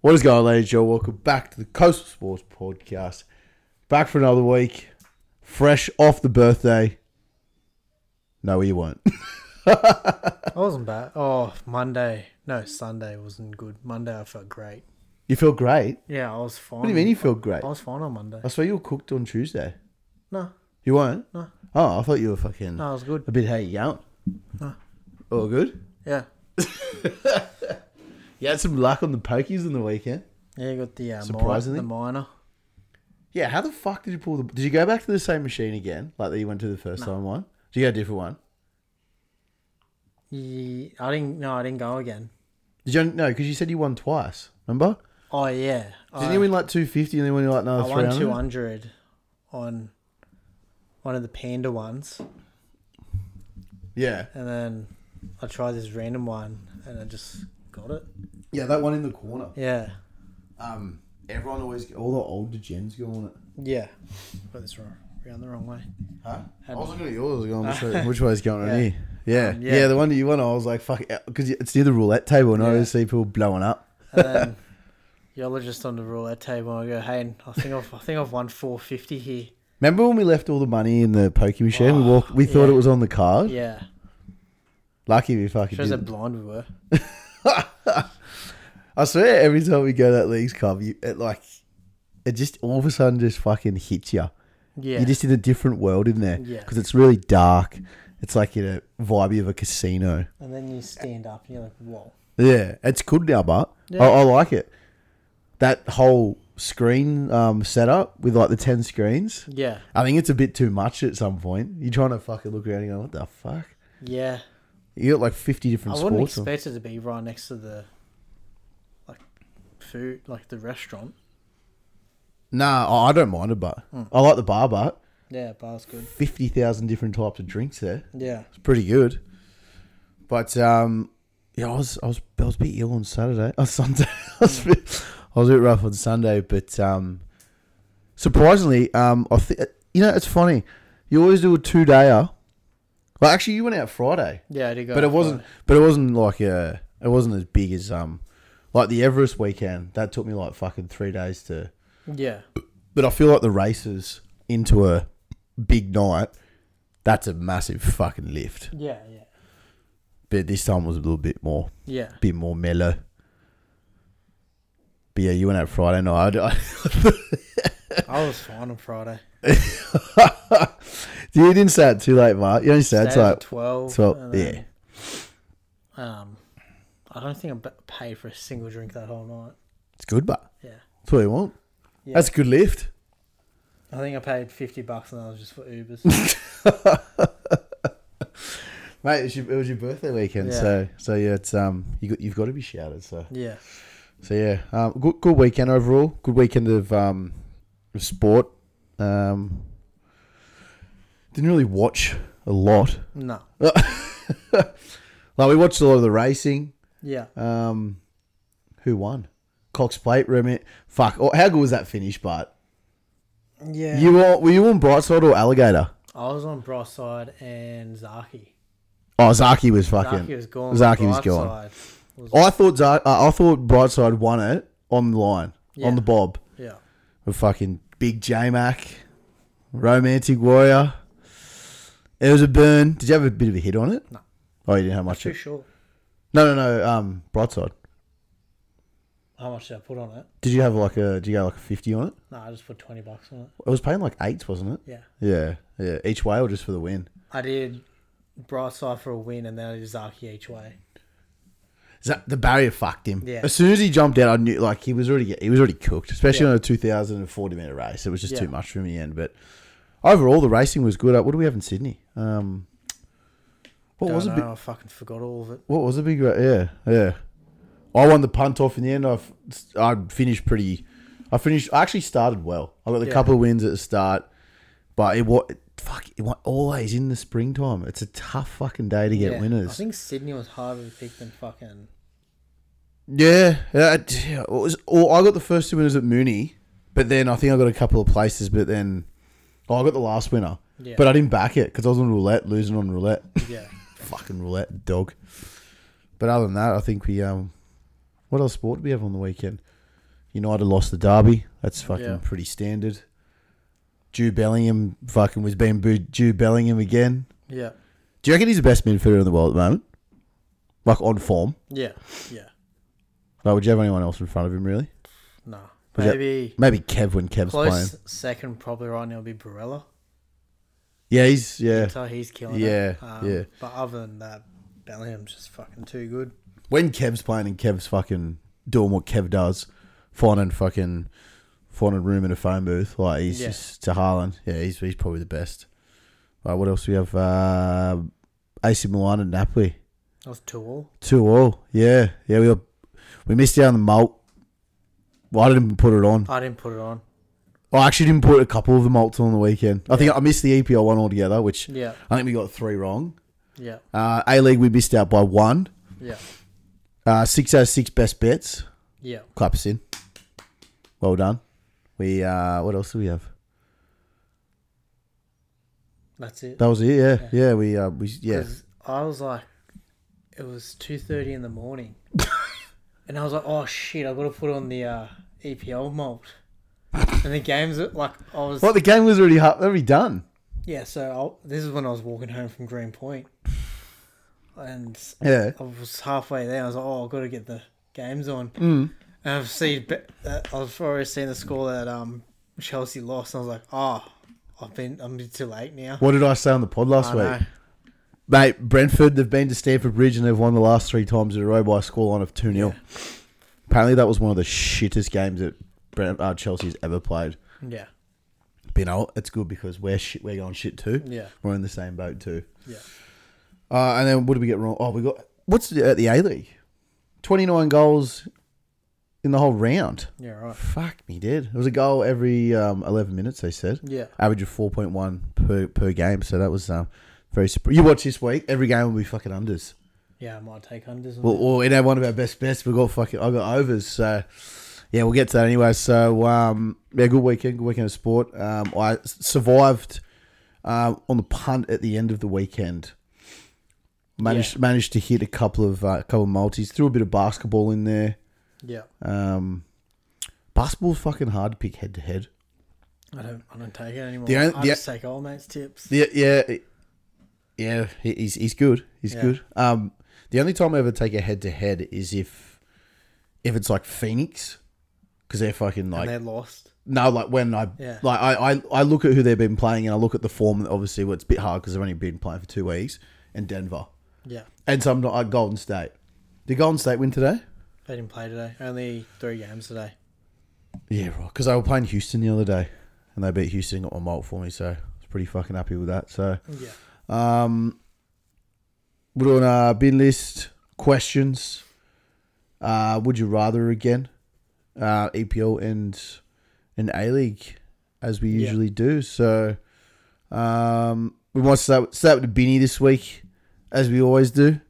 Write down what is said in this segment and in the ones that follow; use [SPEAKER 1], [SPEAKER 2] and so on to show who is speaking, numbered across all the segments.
[SPEAKER 1] What is going on, ladies and gentlemen? Welcome back to the Coastal Sports Podcast. Back for another week. Fresh off the birthday. No, you weren't.
[SPEAKER 2] I wasn't bad. Oh, Monday. No, Sunday wasn't good. Monday I felt great.
[SPEAKER 1] You feel great.
[SPEAKER 2] Yeah, I was fine.
[SPEAKER 1] What do you mean you feel great?
[SPEAKER 2] I was fine on Monday.
[SPEAKER 1] I swear you were cooked on Tuesday.
[SPEAKER 2] No,
[SPEAKER 1] You weren't?
[SPEAKER 2] No.
[SPEAKER 1] Oh, I thought you were fucking
[SPEAKER 2] no, I was
[SPEAKER 1] a
[SPEAKER 2] good.
[SPEAKER 1] bit how you going. All good?
[SPEAKER 2] Yeah.
[SPEAKER 1] You had some luck on the pokies on the weekend.
[SPEAKER 2] Yeah, you got the, uh, mi-
[SPEAKER 1] Surprisingly.
[SPEAKER 2] the minor.
[SPEAKER 1] Yeah, how the fuck did you pull the. Did you go back to the same machine again? Like that you went to the first time one? Did you go a different one?
[SPEAKER 2] Yeah, I didn't, no, I didn't go again.
[SPEAKER 1] Did you no? Because you said you won twice. Remember?
[SPEAKER 2] Oh, yeah.
[SPEAKER 1] Didn't
[SPEAKER 2] I,
[SPEAKER 1] you win like two fifty and then win like
[SPEAKER 2] I
[SPEAKER 1] another three
[SPEAKER 2] won
[SPEAKER 1] hundred?
[SPEAKER 2] 200 on one of the panda ones.
[SPEAKER 1] Yeah,
[SPEAKER 2] And then I tried this random one and I just got it.
[SPEAKER 1] yeah, that one in the corner.
[SPEAKER 2] Yeah.
[SPEAKER 1] Um, everyone always all the older gens go on it.
[SPEAKER 2] Yeah. Got this wrong, round the wrong way.
[SPEAKER 1] Huh? I
[SPEAKER 2] Had-
[SPEAKER 1] was looking at yours. Going which, way, which way is going on
[SPEAKER 2] Yeah.
[SPEAKER 1] here? Yeah.
[SPEAKER 2] Um,
[SPEAKER 1] yeah,
[SPEAKER 2] yeah.
[SPEAKER 1] the one that you won. I was like, fuck, because it's near the roulette table, and I
[SPEAKER 2] Yeah.
[SPEAKER 1] always see people blowing up.
[SPEAKER 2] And then y'all are Um, just on the roulette table. I go, hey, I think I've, I think I've won 450 here.
[SPEAKER 1] Remember when we left all the money in the poker machine? we walked. We thought
[SPEAKER 2] yeah.
[SPEAKER 1] it was on the card.
[SPEAKER 2] Yeah.
[SPEAKER 1] Lucky we fucking
[SPEAKER 2] Shows how
[SPEAKER 1] did.
[SPEAKER 2] blind we were.
[SPEAKER 1] I swear, every time we go to that leagues club, you, it like, it just all of a sudden just fucking hits you.
[SPEAKER 2] Yeah.
[SPEAKER 1] You're just in a different world in there
[SPEAKER 2] Yeah.
[SPEAKER 1] because it's really dark. It's like you know, vibey of a casino.
[SPEAKER 2] and then you stand up and you're like, whoa.
[SPEAKER 1] Yeah, it's good now, but
[SPEAKER 2] Yeah.
[SPEAKER 1] I, I like it. That whole screen um, setup with like the ten screens.
[SPEAKER 2] Yeah.
[SPEAKER 1] I think it's a bit too much at some point. You're trying to fucking look around and go, "What the fuck?"
[SPEAKER 2] Yeah.
[SPEAKER 1] You got like fifty different
[SPEAKER 2] I wouldn't
[SPEAKER 1] sports. on.
[SPEAKER 2] expect it to be right next to the like food, like the restaurant.
[SPEAKER 1] Nah, I- I don't mind it, but
[SPEAKER 2] Hmm.
[SPEAKER 1] I like the bar, but
[SPEAKER 2] Yeah, bar's good.
[SPEAKER 1] fifty thousand different types of drinks there.
[SPEAKER 2] Yeah.
[SPEAKER 1] It's pretty good. But um, yeah, I was I was I was a bit ill on Saturday. On Sunday, I was a bit, I was a bit rough on Sunday. But um, surprisingly, um, I th- you know it's funny. You always do a two dayer. Well, actually, you went out Friday,
[SPEAKER 2] Yeah, I did go.
[SPEAKER 1] but it
[SPEAKER 2] out
[SPEAKER 1] wasn't. But it wasn't like a. It wasn't as big as um, like the Everest weekend. That took me like fucking three days to.
[SPEAKER 2] Friday. Yeah.
[SPEAKER 1] But I feel like the races into a big night. That's a massive fucking lift.
[SPEAKER 2] Yeah, yeah.
[SPEAKER 1] But this time was a little bit more,
[SPEAKER 2] Yeah.
[SPEAKER 1] bit more mellow. But yeah, you went out Friday night. I,
[SPEAKER 2] I was fine on Friday.
[SPEAKER 1] you didn't say it too late, Mark. You only said it's
[SPEAKER 2] Stayed up
[SPEAKER 1] like
[SPEAKER 2] to 12.
[SPEAKER 1] 12,
[SPEAKER 2] and Um, I don't think I b- paid for a single drink that whole night.
[SPEAKER 1] it's good, but
[SPEAKER 2] Yeah.
[SPEAKER 1] that's what you want.
[SPEAKER 2] Yeah.
[SPEAKER 1] That's a good lift.
[SPEAKER 2] I think I paid 50 bucks and that was just for Ubers.
[SPEAKER 1] Mate, it was, your, it was your birthday weekend,
[SPEAKER 2] Yeah.
[SPEAKER 1] so so yeah, it's um you got, you've got to be shouted. So
[SPEAKER 2] yeah.
[SPEAKER 1] so yeah, um, good good weekend overall. Good weekend of um of sport. Um, didn't really watch a lot.
[SPEAKER 2] No.
[SPEAKER 1] Like we watched a lot of the racing.
[SPEAKER 2] Yeah.
[SPEAKER 1] Um, who won? Cox Plate Remit. Fuck. Oh, how good was that finish, Bart?
[SPEAKER 2] Yeah.
[SPEAKER 1] You were were you on Brightside or Alligator?
[SPEAKER 2] I was on Broside and Zaki.
[SPEAKER 1] Oh, Zaki was fucking.
[SPEAKER 2] Zaki was gone.
[SPEAKER 1] Zaki was gone.
[SPEAKER 2] Brightside was-
[SPEAKER 1] I thought Zaki, uh, I thought Brightside won it on the line
[SPEAKER 2] Yeah.
[SPEAKER 1] on the bob
[SPEAKER 2] yeah.
[SPEAKER 1] with fucking Big J Mac, Romantic Warrior. It was a burn. Did you have a bit of a hit on it?
[SPEAKER 2] No.
[SPEAKER 1] Oh, you didn't have much.
[SPEAKER 2] Too
[SPEAKER 1] It.
[SPEAKER 2] sure
[SPEAKER 1] No, no, no. Um, Brightside.
[SPEAKER 2] how much did I put on it.
[SPEAKER 1] Did you have like a? Did you go like a fifty on it?
[SPEAKER 2] No, I just put 20 bucks on it.
[SPEAKER 1] It was paying like eights, wasn't it?
[SPEAKER 2] Yeah.
[SPEAKER 1] Yeah, yeah. Each way or just for the win.
[SPEAKER 2] I did Brightside for a win and then I did Zaki each way.
[SPEAKER 1] Za- The barrier fucked him.
[SPEAKER 2] Yeah.
[SPEAKER 1] As soon as he jumped out, I knew like he was already he was already cooked, especially
[SPEAKER 2] Yeah.
[SPEAKER 1] on a two thousand and forty minute race. It was just
[SPEAKER 2] Yeah.
[SPEAKER 1] too much for him in the end. But overall, the racing was good. Uh, What do we have in Sydney? Um, what
[SPEAKER 2] Don't
[SPEAKER 1] was a
[SPEAKER 2] know,
[SPEAKER 1] big?
[SPEAKER 2] I fucking forgot all of it.
[SPEAKER 1] What was a big? ra- Yeah, yeah. I won the punt off in the end. I f- I finished pretty. I finished. I actually started well. I got a
[SPEAKER 2] Yeah.
[SPEAKER 1] couple of wins at the start, but it what fuck it wa- always in the springtime. It's a tough fucking day to get
[SPEAKER 2] Yeah.
[SPEAKER 1] winners.
[SPEAKER 2] I think Sydney was harder to pick than fucking.
[SPEAKER 1] Yeah, yeah, it- yeah, it was, or I got the first two winners at Mooney, but then I think I got a couple of places, but then oh, I got the last winner,
[SPEAKER 2] Yeah.
[SPEAKER 1] but I didn't back it because I was on roulette, losing on roulette,
[SPEAKER 2] Yeah.
[SPEAKER 1] fucking roulette dog. But other than that, I think we um, what else sport did we have on the weekend? United lost the derby. That's fucking
[SPEAKER 2] Yeah.
[SPEAKER 1] pretty standard. Jude Bellingham fucking was being booed. Jude Bellingham again.
[SPEAKER 2] Yeah.
[SPEAKER 1] Do you reckon he's the best midfielder in the world at the moment? Like on form.
[SPEAKER 2] Yeah. Yeah.
[SPEAKER 1] Like, would you have anyone else in front of him really?
[SPEAKER 2] Nah.
[SPEAKER 1] Was that
[SPEAKER 2] Maybe
[SPEAKER 1] Maybe Kev when Kev's playing.
[SPEAKER 2] close second probably right now would be Barella.
[SPEAKER 1] Yeah, he's yeah.
[SPEAKER 2] So he's killing
[SPEAKER 1] Yeah,
[SPEAKER 2] it. Um,
[SPEAKER 1] yeah.
[SPEAKER 2] But other than that, Bellingham's just fucking too good.
[SPEAKER 1] When Kev's playing and Kev's fucking doing what Kev does, finding fucking finding room in a phone booth, like he's
[SPEAKER 2] Yeah.
[SPEAKER 1] just to Haaland. Yeah, he's he's probably the best. Right, what else do we have? Uh, AC Milan and Napoli.
[SPEAKER 2] That was too all.
[SPEAKER 1] Two all. Yeah. Yeah, we got, we missed out on the malt. Well, I didn't put it on.
[SPEAKER 2] I didn't put it on.
[SPEAKER 1] I actually didn't put a couple of the malts on the weekend. I think I missed the EPL one altogether, which
[SPEAKER 2] Yeah.
[SPEAKER 1] I think we got three wrong.
[SPEAKER 2] Yeah.
[SPEAKER 1] Uh, a League we missed out by one.
[SPEAKER 2] Yeah.
[SPEAKER 1] Uh, six out of six best bets.
[SPEAKER 2] Yeah.
[SPEAKER 1] Claps in. Well done. We uh, what else do we have?
[SPEAKER 2] That's it.
[SPEAKER 1] That was it. Yeah, yeah. we uh, we yeah.
[SPEAKER 2] 'Cause I was like, it was two thirty in the morning, and I was like, oh shit, I've got to put on the uh, EPL malt. And the games were- like I was
[SPEAKER 1] Well, the game was already ha- already done.
[SPEAKER 2] yeah. So I, this is when I was walking home from Green Point, and
[SPEAKER 1] Yeah.
[SPEAKER 2] I was halfway there. I was like, oh, I've got to get the games on.
[SPEAKER 1] Mm.
[SPEAKER 2] And I've seen, be- uh, I've already seen the score that um Chelsea lost. And I was like, oh, I've been, I'm too late now.
[SPEAKER 1] What did I say on the pod last
[SPEAKER 2] I
[SPEAKER 1] week,
[SPEAKER 2] know.
[SPEAKER 1] mate? Brentford they've been to Stamford Bridge and they've won the last three times in a row by a scoreline of two 0 Apparently, that was one of the shittest games that Brent, uh, Chelsea's ever played.
[SPEAKER 2] Yeah,
[SPEAKER 1] But you know, what? it's good because we're shit, we're going shit too.
[SPEAKER 2] yeah,
[SPEAKER 1] We're in the same boat too.
[SPEAKER 2] yeah.
[SPEAKER 1] Uh, and then what did we get wrong? Oh, we got what's the- at the A League? Twenty nine goals in the whole round.
[SPEAKER 2] Yeah, right.
[SPEAKER 1] Fuck me, did it was a goal every um, eleven minutes. They said
[SPEAKER 2] Yeah,
[SPEAKER 1] average of four point one per per game. So that was um, very. Surpri- you watch this week, every game will be fucking unders.
[SPEAKER 2] yeah. I might take unders. on
[SPEAKER 1] Well,
[SPEAKER 2] that.
[SPEAKER 1] well, in our one of our best bets, we got fucking I got overs. So yeah, we'll get to that anyway. So um, yeah, good weekend, good weekend of sport. Um, I s- survived um, on the punt at the end of the weekend. Managed managed to hit a couple of uh, couple of multis. Threw a bit of basketball in there.
[SPEAKER 2] yeah.
[SPEAKER 1] Um, basketball's fucking hard to pick head to head.
[SPEAKER 2] I don't, I don't take it anymore.
[SPEAKER 1] The only-
[SPEAKER 2] I
[SPEAKER 1] the-
[SPEAKER 2] just take old mates tips.
[SPEAKER 1] Yeah, yeah, it- yeah. he- He's he's good. He's
[SPEAKER 2] Yeah.
[SPEAKER 1] good. Um, the only time I ever take a head to head is if if it's like Phoenix, because they're fucking
[SPEAKER 2] and
[SPEAKER 1] like
[SPEAKER 2] they're lost.
[SPEAKER 1] no, like when I
[SPEAKER 2] Yeah.
[SPEAKER 1] like I, I I look at who they've been playing and I look at the form. Obviously, well, it's a bit hard because they've only been playing for two weeks. And Denver,
[SPEAKER 2] Yeah,
[SPEAKER 1] and some like Golden State. Did Golden State win today?
[SPEAKER 2] they didn't play today. Only three games today.
[SPEAKER 1] Yeah, right. Because they were playing Houston the other day, and they beat Houston. Got my malt for me, so I was pretty fucking happy with that. So.
[SPEAKER 2] Yeah,
[SPEAKER 1] Um, we're on our bin list questions. Uh, would you rather again? Uh, EPL and and A League, as we
[SPEAKER 2] Yeah.
[SPEAKER 1] usually do. So, um, we might start start with Binny this week, as we always do.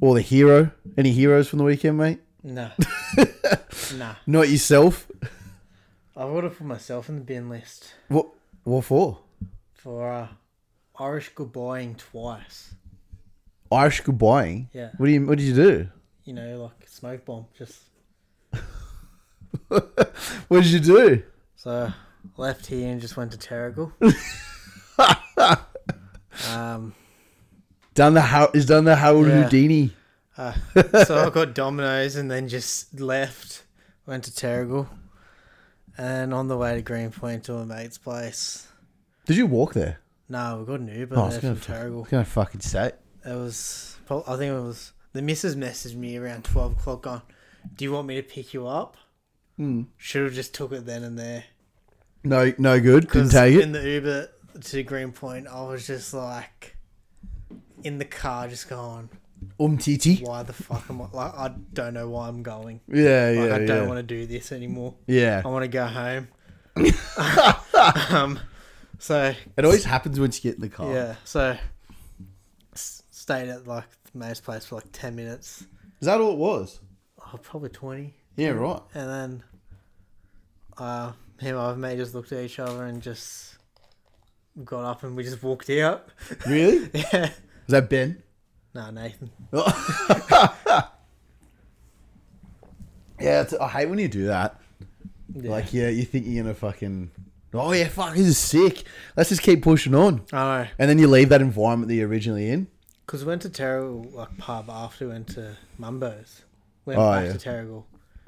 [SPEAKER 1] Or the hero. Any heroes from the weekend, mate?
[SPEAKER 2] nah, nah.
[SPEAKER 1] Not yourself.
[SPEAKER 2] I would have put myself in the bin list
[SPEAKER 1] What? What for?
[SPEAKER 2] for uh, Irish goodbying twice.
[SPEAKER 1] Irish goodbying.
[SPEAKER 2] Yeah,
[SPEAKER 1] What do you? What did you do?
[SPEAKER 2] you know, like smoke bomb. Just
[SPEAKER 1] What did you do?
[SPEAKER 2] so left here and just went to Terrigal. um,
[SPEAKER 1] Done the how? Is done the Harold
[SPEAKER 2] Yeah.
[SPEAKER 1] Houdini?
[SPEAKER 2] Uh, so I got Domino's and then just left, went to Terrigal, and on the way to Greenpoint to a mate's place.
[SPEAKER 1] Did you walk there?
[SPEAKER 2] No, we got an Uber
[SPEAKER 1] Oh, I was
[SPEAKER 2] there
[SPEAKER 1] gonna
[SPEAKER 2] from
[SPEAKER 1] fuck- I
[SPEAKER 2] Terrigal.
[SPEAKER 1] was gonna fucking say it.
[SPEAKER 2] It was, prob- I think it was the missus messaged me around twelve o'clock. On, do you want me to pick you up?
[SPEAKER 1] Hmm.
[SPEAKER 2] Should have just took it then and there.
[SPEAKER 1] No, no good. Couldn't
[SPEAKER 2] 'Cause
[SPEAKER 1] take it.
[SPEAKER 2] in the Uber to Greenpoint, I was just like in the car, just going,
[SPEAKER 1] Umtiti.
[SPEAKER 2] "Why the fuck am I? Like, I don't know why I'm going.
[SPEAKER 1] Yeah,
[SPEAKER 2] Like,
[SPEAKER 1] yeah,
[SPEAKER 2] I don't
[SPEAKER 1] yeah.
[SPEAKER 2] want to do this anymore."
[SPEAKER 1] yeah.
[SPEAKER 2] I want to go home. um, so
[SPEAKER 1] It always happens once you get in the car.
[SPEAKER 2] yeah, so s- stayed at like May's place for like ten minutes,
[SPEAKER 1] Is that all it was?
[SPEAKER 2] oh, probably twenty,
[SPEAKER 1] Yeah, right.
[SPEAKER 2] and then uh, him and my mate just looked at each other and just got up and we just walked out.
[SPEAKER 1] Really? Was
[SPEAKER 2] yeah,
[SPEAKER 1] that Ben?
[SPEAKER 2] no Nathan.
[SPEAKER 1] Yeah, it's, I hate when you do that.
[SPEAKER 2] Yeah.
[SPEAKER 1] Like, yeah, you think you're gonna fucking. Oh yeah, fuck, this is sick. Let's just keep pushing on,
[SPEAKER 2] I know.
[SPEAKER 1] and then you leave that environment that you're originally in.
[SPEAKER 2] Because we went to Terrigal like pub after we went to Mumbo's. We went
[SPEAKER 1] Oh,
[SPEAKER 2] back
[SPEAKER 1] yeah.
[SPEAKER 2] to Terrigal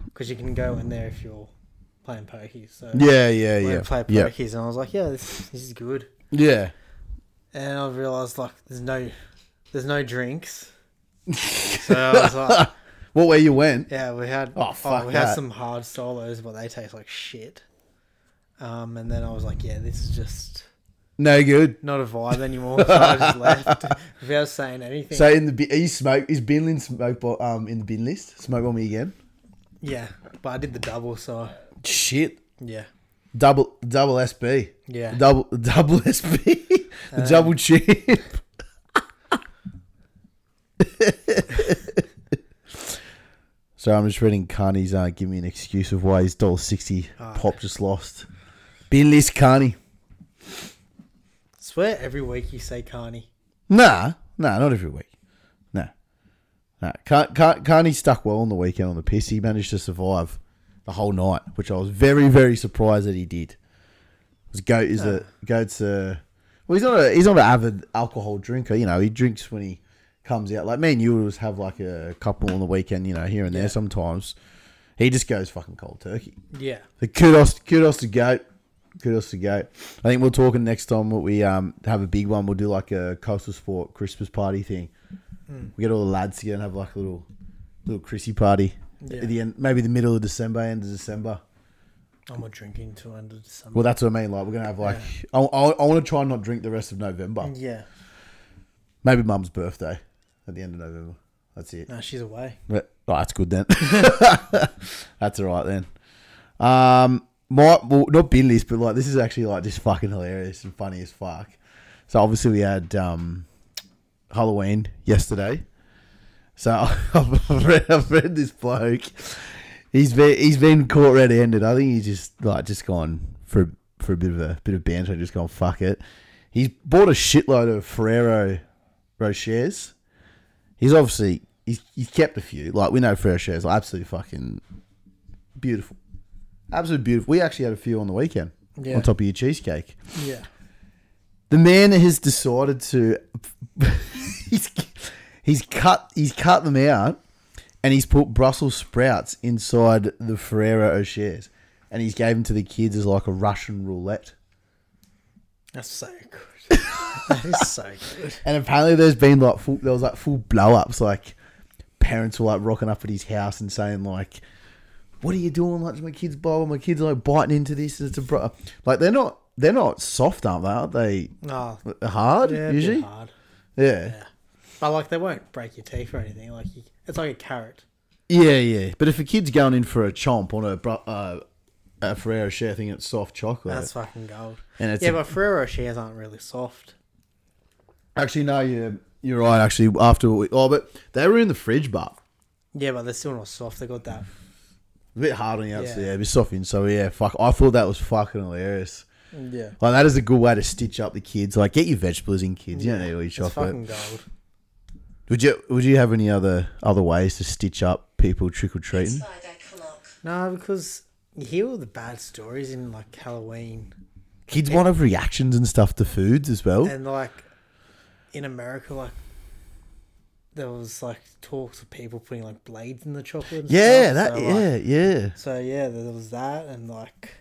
[SPEAKER 2] because you can go in there if you're playing pokies. So
[SPEAKER 1] Yeah, yeah,
[SPEAKER 2] we
[SPEAKER 1] yeah,
[SPEAKER 2] played
[SPEAKER 1] yeah,
[SPEAKER 2] pokies, and I was like, yeah, this, this is good.
[SPEAKER 1] yeah.
[SPEAKER 2] And I realised like there's no there's no drinks. so I was like,
[SPEAKER 1] What way you went?
[SPEAKER 2] yeah, we had
[SPEAKER 1] Oh, fuck
[SPEAKER 2] we
[SPEAKER 1] that.
[SPEAKER 2] had some hard solos, but they taste like shit. Um, and then I was like, yeah, this is just
[SPEAKER 1] No good.
[SPEAKER 2] not a vibe anymore. So I just left without saying anything.
[SPEAKER 1] So in the bi- are you smoke is Binlin smoke bo- um in the bin list? Smoke bomb me again.
[SPEAKER 2] yeah, but I did the double, so
[SPEAKER 1] Shit.
[SPEAKER 2] yeah,
[SPEAKER 1] Double double SB.
[SPEAKER 2] yeah.
[SPEAKER 1] Double double SB. the double chip. so I'm just reading Carney's uh, give me an excuse of why his dollar sixty pop just lost. Ah. Bin list Carney.
[SPEAKER 2] swear every week you say Carney.
[SPEAKER 1] Nah, nah, not every week. Nah, nah. Car- Car- Carney stuck well on the weekend on the piss. He managed to survive the whole night, which I was very, very surprised that he did. His goat is a goat's a. Well, he's not a he's not an avid alcohol drinker. You know, he drinks when he comes out. Like me and you would just have like a couple on the weekend. You know, here and there sometimes. He just goes fucking cold turkey.
[SPEAKER 2] Yeah,
[SPEAKER 1] So kudos, kudos to goat, kudos to goat. I think we're talking next time what we um have a big one. We'll do like a coastal sport Christmas party thing. We get all the lads together and have like a little little Chrissy party
[SPEAKER 2] Yeah.
[SPEAKER 1] at the end, maybe the middle of December, end of December.
[SPEAKER 2] I'm not drinking till end of December.
[SPEAKER 1] Well, that's what I mean. Like we're gonna have like I, I, I want to try and not drink the rest of November.
[SPEAKER 2] Yeah,
[SPEAKER 1] Maybe Mum's birthday at the end of November. That's it.
[SPEAKER 2] no, she's away.
[SPEAKER 1] But, oh, that's good then. that's all right then. Um, my well, not bin list, but like this is actually like just fucking hilarious and funny as fuck. So obviously we had um, Halloween yesterday. So I've read, I've read this bloke. He's been he's been caught red-handed. I think he's just like just gone for for a bit of a bit of banter. Just gone fuck it. He's bought a shitload of Ferrero Rochers he's obviously he's, he's kept a few. Like we know Ferrero Rocher's are absolutely fucking beautiful, absolutely beautiful. We actually had a few on the weekend
[SPEAKER 2] Yeah.
[SPEAKER 1] on top of your cheesecake.
[SPEAKER 2] Yeah,
[SPEAKER 1] The man has decided to he's he's cut he's cut them out and he's put Brussels sprouts inside the Ferrero Rochers and he's gave them to the kids as like a Russian roulette.
[SPEAKER 2] that's so good. that is so good.
[SPEAKER 1] And apparently, there's been like full, there was like full blow ups. Like parents were like rocking up at his house and saying like, "What are you doing? Like to my kids, Bob? My kids are like biting into this. It's a bro." Like they're not they're not soft, aren't they? Aren't they
[SPEAKER 2] Oh,
[SPEAKER 1] hard
[SPEAKER 2] yeah, a bit
[SPEAKER 1] usually?
[SPEAKER 2] hard.
[SPEAKER 1] Yeah.
[SPEAKER 2] Yeah, but like they won't break your teeth or anything. Like you, it's like a carrot.
[SPEAKER 1] yeah, yeah. But if a kid's going in for a chomp on a bro- uh, a Ferrero Rocher thing, it's soft chocolate.
[SPEAKER 2] That's fucking gold.
[SPEAKER 1] And it's
[SPEAKER 2] yeah,
[SPEAKER 1] a-
[SPEAKER 2] but Ferrero Rochers aren't really soft.
[SPEAKER 1] actually, no, you're you're right. Actually, after we, oh, but they were in the fridge, but.
[SPEAKER 2] Yeah, but they're still not soft. They got that.
[SPEAKER 1] A bit hard on the outside,
[SPEAKER 2] Yeah.
[SPEAKER 1] yeah, a bit soft inside. Yeah, fuck. I thought that was fucking hilarious.
[SPEAKER 2] Yeah,
[SPEAKER 1] Like that is a good way to stitch up the kids. Like get your vegetables in, kids. You don't need all your
[SPEAKER 2] it's fucking
[SPEAKER 1] chocolate.
[SPEAKER 2] gold.
[SPEAKER 1] Would you Would you have any other other ways to stitch up people trick or treating?
[SPEAKER 3] Slide o'clock.
[SPEAKER 2] No, because you hear all the bad stories in like Halloween.
[SPEAKER 1] Kids want to have reactions and stuff to foods as well.
[SPEAKER 2] and like in America, like there was like talks of people putting like blades in the chocolate. And
[SPEAKER 1] yeah,
[SPEAKER 2] stuff,
[SPEAKER 1] that
[SPEAKER 2] so, like-
[SPEAKER 1] yeah yeah.
[SPEAKER 2] so yeah, there was that, and like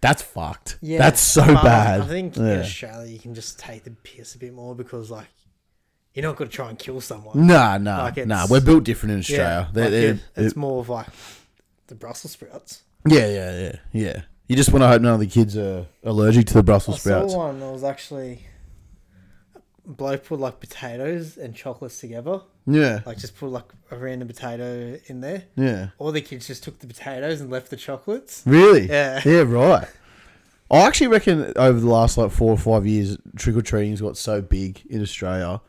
[SPEAKER 1] That's fucked.
[SPEAKER 2] yeah,
[SPEAKER 1] that's so
[SPEAKER 2] but
[SPEAKER 1] bad.
[SPEAKER 2] I think in
[SPEAKER 1] Yeah.
[SPEAKER 2] Australia you can just take the piss a bit more because like you're not going to try and kill someone.
[SPEAKER 1] Nah, nah,
[SPEAKER 2] Like, it's-
[SPEAKER 1] nah. We're built different in Mm, Australia.
[SPEAKER 2] yeah,
[SPEAKER 1] They're-
[SPEAKER 2] like,
[SPEAKER 1] they're-
[SPEAKER 2] it- it's more of like the Brussels sprouts.
[SPEAKER 1] yeah, yeah, yeah, yeah. You just want to hope none of the kids are allergic to the Brussels
[SPEAKER 2] I
[SPEAKER 1] sprouts.
[SPEAKER 2] saw one that was actually a bloke put like potatoes and chocolates together.
[SPEAKER 1] Yeah,
[SPEAKER 2] Like just put like a random potato in there.
[SPEAKER 1] yeah.
[SPEAKER 2] All the kids just took the potatoes and left the chocolates.
[SPEAKER 1] Really?
[SPEAKER 2] Yeah.
[SPEAKER 1] Yeah, right. I actually reckon over the last like four or five years, trick or treating's got so big in Australia.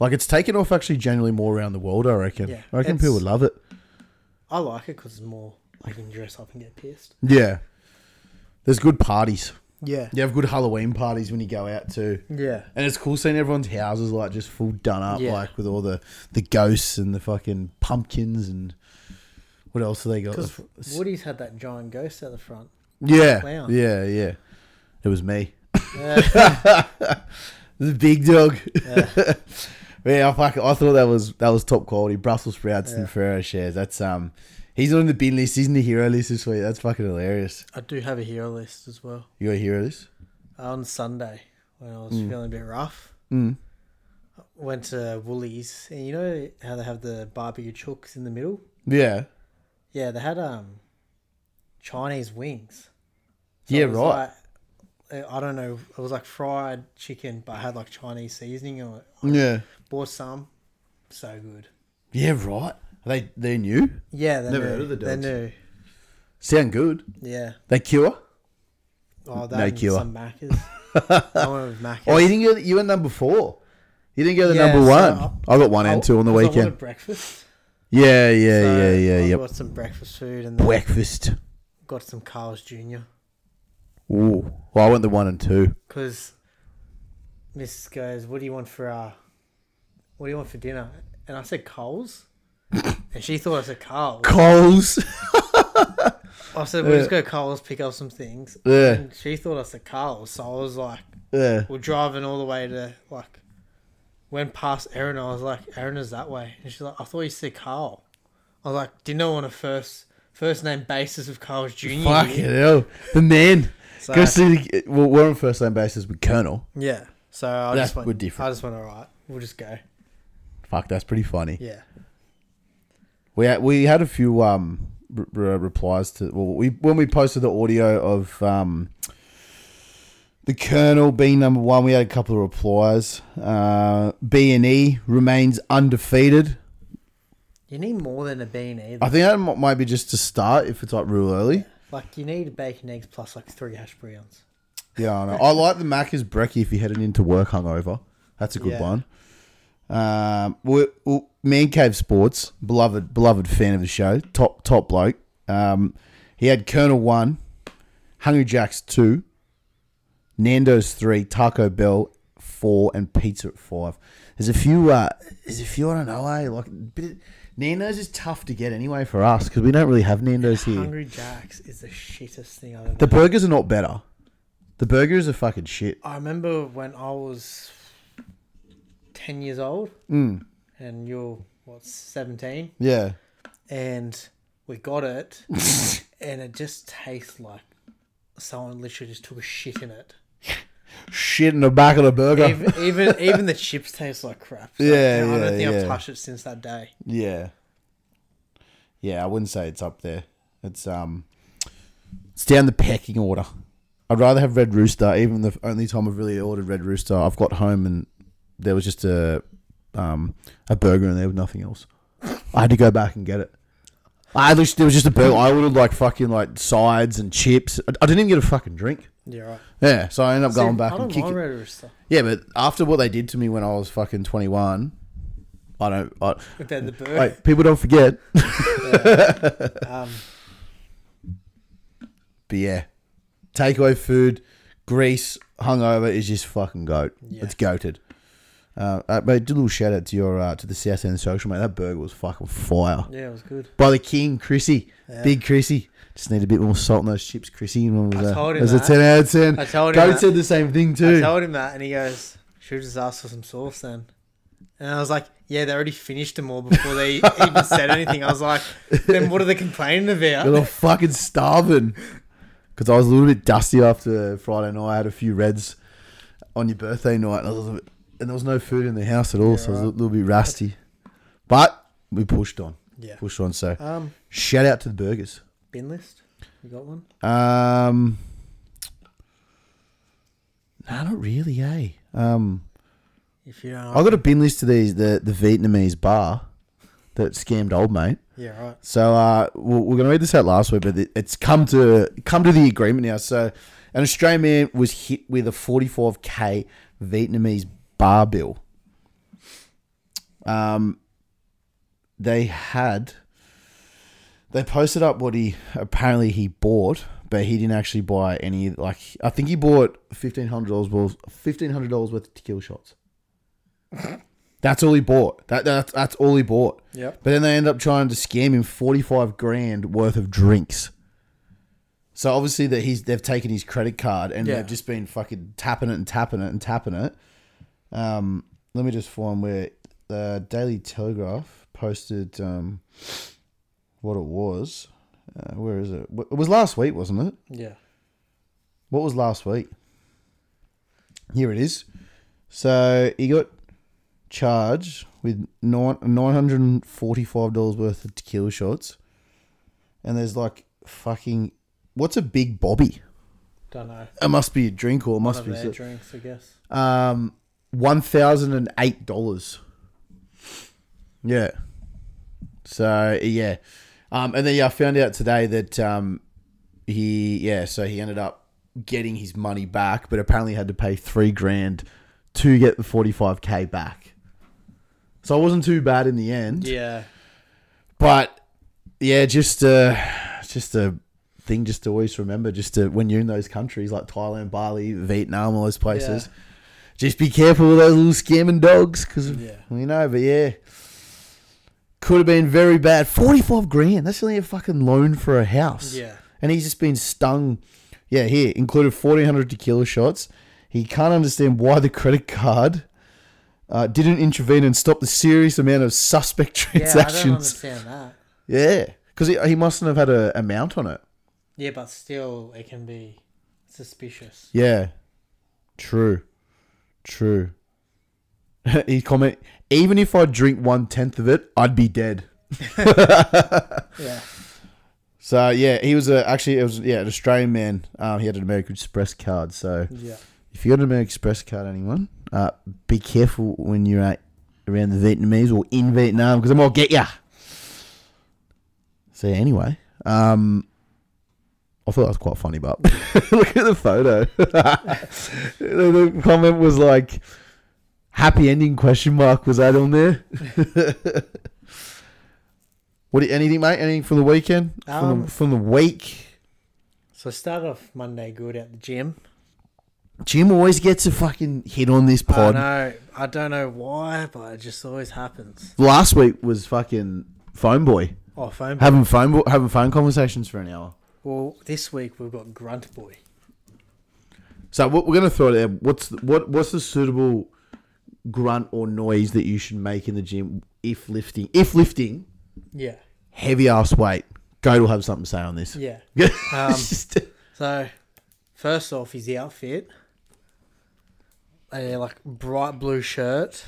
[SPEAKER 1] Like it's taken off actually generally more around the world. I reckon.
[SPEAKER 2] Yeah,
[SPEAKER 1] I reckon
[SPEAKER 2] it's-
[SPEAKER 1] people would love it.
[SPEAKER 2] I like it because it's more like you can dress up and get pissed.
[SPEAKER 1] Yeah. There's good parties.
[SPEAKER 2] Yeah.
[SPEAKER 1] You have good Halloween parties when you go out too.
[SPEAKER 2] Yeah.
[SPEAKER 1] And it's cool seeing everyone's houses like just full done up,
[SPEAKER 2] Yeah.
[SPEAKER 1] like with all the the ghosts and the fucking pumpkins and What else have they got?
[SPEAKER 2] Because Woody's had that giant ghost at the front.
[SPEAKER 1] yeah,
[SPEAKER 2] Clown.
[SPEAKER 1] yeah, yeah. It was me.
[SPEAKER 2] Yeah,
[SPEAKER 1] The big dog.
[SPEAKER 2] yeah.
[SPEAKER 1] Yeah, I fuck, I thought that was that was top quality. Brussels sprouts
[SPEAKER 2] Yeah.
[SPEAKER 1] and Ferrero shares. That's um, he's on the bin list. He's in the hero list this week. That's fucking hilarious.
[SPEAKER 2] I do have a hero list as well.
[SPEAKER 1] You got a hero list?
[SPEAKER 2] On Sunday, when I was feeling a bit rough,
[SPEAKER 1] Mm.
[SPEAKER 2] I went to Woolies, and you know how they have the barbecue chooks in the middle?
[SPEAKER 1] Yeah.
[SPEAKER 2] Yeah, they had um Chinese wings.
[SPEAKER 1] Yeah,
[SPEAKER 2] it was
[SPEAKER 1] right.
[SPEAKER 2] like- I don't know. It was like fried chicken, but had like Chinese seasoning on it.
[SPEAKER 1] Yeah.
[SPEAKER 2] Bought some. So good.
[SPEAKER 1] Yeah. Right. Are they they new.
[SPEAKER 2] Yeah, they
[SPEAKER 1] Never
[SPEAKER 2] knew.
[SPEAKER 1] heard of the
[SPEAKER 2] They
[SPEAKER 1] dogs.
[SPEAKER 2] knew.
[SPEAKER 1] Sound good.
[SPEAKER 2] Yeah.
[SPEAKER 1] They cure.
[SPEAKER 2] Oh,
[SPEAKER 1] No
[SPEAKER 2] that and
[SPEAKER 1] killer.
[SPEAKER 2] some Maccas. I went with Maccas.
[SPEAKER 1] Oh, you didn't go. You went number four. You didn't go to
[SPEAKER 2] Yeah,
[SPEAKER 1] number
[SPEAKER 2] so
[SPEAKER 1] one.
[SPEAKER 2] I-
[SPEAKER 1] I got one and two on the
[SPEAKER 2] 'Cause Oh. I
[SPEAKER 1] weekend.
[SPEAKER 2] wanted breakfast.
[SPEAKER 1] yeah. Yeah.
[SPEAKER 2] So
[SPEAKER 1] yeah. Yeah.
[SPEAKER 2] I
[SPEAKER 1] Yep.
[SPEAKER 2] Got some breakfast food and then
[SPEAKER 1] Breakfast.
[SPEAKER 2] got some Carl's Jr.
[SPEAKER 1] Ooh. Well, I went the one and two.
[SPEAKER 2] Because Mrs. goes, "What do you want for uh, what do you want for dinner?" And I said Coles, and she thought I said Carl's.
[SPEAKER 1] Coles.
[SPEAKER 2] I said, "We'll just go Coles, pick up some things."
[SPEAKER 1] yeah.
[SPEAKER 2] And she thought I said Carl's, so I was like,
[SPEAKER 1] Yeah.
[SPEAKER 2] "We're driving all the way to like." Went past Erin, I was like, "Erin is that way," and she's like, "I thought you said Carl." I was like, "Didn't know on a first first name basis of Carl's Junior."
[SPEAKER 1] Fucking hell. The man.
[SPEAKER 2] So-
[SPEAKER 1] Go see the, well, we're on first name basis with Colonel.
[SPEAKER 2] Yeah. So I
[SPEAKER 1] Yeah,
[SPEAKER 2] just went.
[SPEAKER 1] we're different.
[SPEAKER 2] I just went. All right, we'll just go.
[SPEAKER 1] Fuck, that's pretty funny.
[SPEAKER 2] Yeah.
[SPEAKER 1] We had, we had a few um re- re- replies to well, we when we posted the audio of um the Colonel being number one. We had a couple of replies. Uh, B and E remains undefeated.
[SPEAKER 2] You need more than a bean
[SPEAKER 1] I
[SPEAKER 2] either.
[SPEAKER 1] think that mi- might be just to start if it's like real early.
[SPEAKER 2] Like you need a bacon eggs plus like three hash browns.
[SPEAKER 1] Yeah, I know. I like the Macca's brekkie if you're heading into work hungover. That's a good
[SPEAKER 2] Yeah.
[SPEAKER 1] one. Um, we, we, Man Cave Sports, beloved beloved fan of the show, top top bloke. Um, he had Colonel one, Hungry Jacks two, Nando's three, Taco Bell four, and pizza at five. There's a few. Uh, there's a few. I don't know. Eh? Like but it- Nando's is tough to get anyway for us because we don't really have Nando's here.
[SPEAKER 2] Hungry Jacks is the shittest thing I've ever.
[SPEAKER 1] The burgers are not better. The burgers are fucking shit.
[SPEAKER 2] I remember when I was ten years old,
[SPEAKER 1] Mm.
[SPEAKER 2] and you're what seventeen,
[SPEAKER 1] Yeah.
[SPEAKER 2] and we got it, and it just tastes like someone literally just took a shit in it.
[SPEAKER 1] shit in the back of the burger.
[SPEAKER 2] Even even, even the chips taste like crap. So,
[SPEAKER 1] Yeah,
[SPEAKER 2] I don't
[SPEAKER 1] yeah,
[SPEAKER 2] think
[SPEAKER 1] yeah.
[SPEAKER 2] I've touched it since that day.
[SPEAKER 1] yeah. Yeah, I wouldn't say it's up there. It's um it's down the pecking order. I'd rather have Red Rooster, even the only time I've really ordered Red Rooster, I've got home and there was just a um a burger in there with nothing else. I had to go back and get it. I literally, there was just a burger. I ordered like fucking like sides and chips. I, I didn't even get a fucking drink.
[SPEAKER 2] Yeah, right.
[SPEAKER 1] Yeah, so I ended up
[SPEAKER 2] See,
[SPEAKER 1] going back
[SPEAKER 2] I
[SPEAKER 1] and
[SPEAKER 2] don't
[SPEAKER 1] kicking.
[SPEAKER 2] mind Red Rooster.
[SPEAKER 1] Yeah, but after what they did to me when I was fucking 21, I don't. I,
[SPEAKER 2] About the bird.
[SPEAKER 1] wait, people don't forget.
[SPEAKER 2] Um,
[SPEAKER 1] But yeah, takeaway food, Greece, hungover is just fucking goat.
[SPEAKER 2] Yeah.
[SPEAKER 1] It's goated. Uh, uh, mate, do a little shout out to your uh, to the South End social mate. That burger was fucking fire
[SPEAKER 2] yeah, it was good.
[SPEAKER 1] by the King Chrissy,
[SPEAKER 2] Yeah.
[SPEAKER 1] big Chrissy. Just need a bit more salt in those chips, Chrissy. And it was,
[SPEAKER 2] I
[SPEAKER 1] a-
[SPEAKER 2] told
[SPEAKER 1] it
[SPEAKER 2] him
[SPEAKER 1] was a
[SPEAKER 2] that.
[SPEAKER 1] ten out of ten.
[SPEAKER 2] I told him
[SPEAKER 1] Goat
[SPEAKER 2] that.
[SPEAKER 1] said the same thing
[SPEAKER 2] I
[SPEAKER 1] too.
[SPEAKER 2] told him that, and he goes, "Should just ask for some sauce then." And I was like, "Yeah, they already finished them all before they even said anything." I was like, "Then what are they complaining
[SPEAKER 1] Because
[SPEAKER 2] about?"
[SPEAKER 1] I'm fucking starving. Because I was a little bit dusty after Friday night. I had a few reds on your birthday night, and, I was a little bit, and there was no food in the house at all, so I was a little bit rusty. But we pushed on,
[SPEAKER 2] Yeah.
[SPEAKER 1] pushed on. So
[SPEAKER 2] Um,
[SPEAKER 1] shout out to the burgers.
[SPEAKER 2] bin list. You got one?
[SPEAKER 1] Um, no, not really, eh? Um,
[SPEAKER 2] If you don't,
[SPEAKER 1] I got a bin list of these the the Vietnamese bar that scammed old mate.
[SPEAKER 2] yeah, right.
[SPEAKER 1] So uh, we're, we're going to read this out last week, but it- it's come to come to the agreement now. So an Australian man was hit with a 45k Vietnamese bar bill. Um, they had they posted up what he apparently he bought, but he didn't actually buy any. Like I think he bought fifteen hundred dollars worth fifteen hundred dollars worth of tequila shots. That's all he bought. That, that's that's all he bought.
[SPEAKER 2] Yep.
[SPEAKER 1] But then they end up trying to scam him forty five grand worth of drinks. So obviously that he's they've taken his credit card and
[SPEAKER 2] Yeah.
[SPEAKER 1] they've just been fucking tapping it and tapping it and tapping it. Um, let me just find where the Daily Telegraph posted um, what it was. Uh, where is it? It was last week, wasn't it?
[SPEAKER 2] Yeah.
[SPEAKER 1] What was last week? Here it is. So he got charged with nine nine hundred and forty five dollars worth of tequila shots, and there's like fucking what's a big bobby?
[SPEAKER 2] Don't know.
[SPEAKER 1] It must be a drink or it
[SPEAKER 2] One
[SPEAKER 1] must
[SPEAKER 2] of their
[SPEAKER 1] be
[SPEAKER 2] drinks, I guess.
[SPEAKER 1] um one thousand and eight dollars. Yeah. So yeah, um, and then yeah, I found out today that um, he yeah, so he ended up getting his money back, but apparently had to pay three grand to get the forty five k back. So it wasn't too bad in the end,
[SPEAKER 2] Yeah.
[SPEAKER 1] but yeah, just uh, just a thing, just to always remember, just to when you're in those countries like Thailand, Bali, Vietnam, all those places, just be careful with those little scamming dogs because
[SPEAKER 2] Yeah.
[SPEAKER 1] we know. But yeah, could have been very bad. Forty-five grand. That's only a fucking loan for a house.
[SPEAKER 2] Yeah.
[SPEAKER 1] and he's just been stung. Yeah, here included fourteen hundred tequila shots. He can't understand why the credit card. Uh, didn't intervene and stop the serious amount of suspect
[SPEAKER 2] Yeah, I don't
[SPEAKER 1] transactions.
[SPEAKER 2] understand that.
[SPEAKER 1] Yeah, because he, he mustn't have had a, a mount on it.
[SPEAKER 2] Yeah, but still, it can be suspicious.
[SPEAKER 1] Yeah, true, true. he comment, even if I drink one tenth of it, I'd be dead.
[SPEAKER 2] Yeah.
[SPEAKER 1] So yeah, he was a, actually it was yeah an Australian man. Um, he had an American Express card. So
[SPEAKER 2] Yeah.
[SPEAKER 1] if you got an American Express card, anyone, uh, be careful when you're at, around the Vietnamese or in Vietnam because they might get ya. So yeah, anyway, um, I thought that was quite funny, but look at the photo. the the comment was like, "Happy ending?" Question mark Was that on there? what? do you- Anything, mate? Anything from the weekend? from,
[SPEAKER 2] Um,
[SPEAKER 1] the, from the week?
[SPEAKER 2] So I started off Monday good at the gym.
[SPEAKER 1] Jim always gets a fucking hit on this
[SPEAKER 2] I
[SPEAKER 1] pod.
[SPEAKER 2] know. I don't know why, but it just always happens.
[SPEAKER 1] last week was fucking phone boy
[SPEAKER 2] Oh, phone.
[SPEAKER 1] having phone bo- having phone conversations for an hour.
[SPEAKER 2] well, this week we've got Grunt Boy.
[SPEAKER 1] So what we're gonna throw it out. What's the, what what's the suitable grunt or noise that you should make in the gym if lifting if lifting
[SPEAKER 2] Yeah.
[SPEAKER 1] heavy ass weight? Go will have something to say on this.
[SPEAKER 2] Yeah.
[SPEAKER 1] Um,
[SPEAKER 2] So, first off, is the outfit a like bright blue shirt,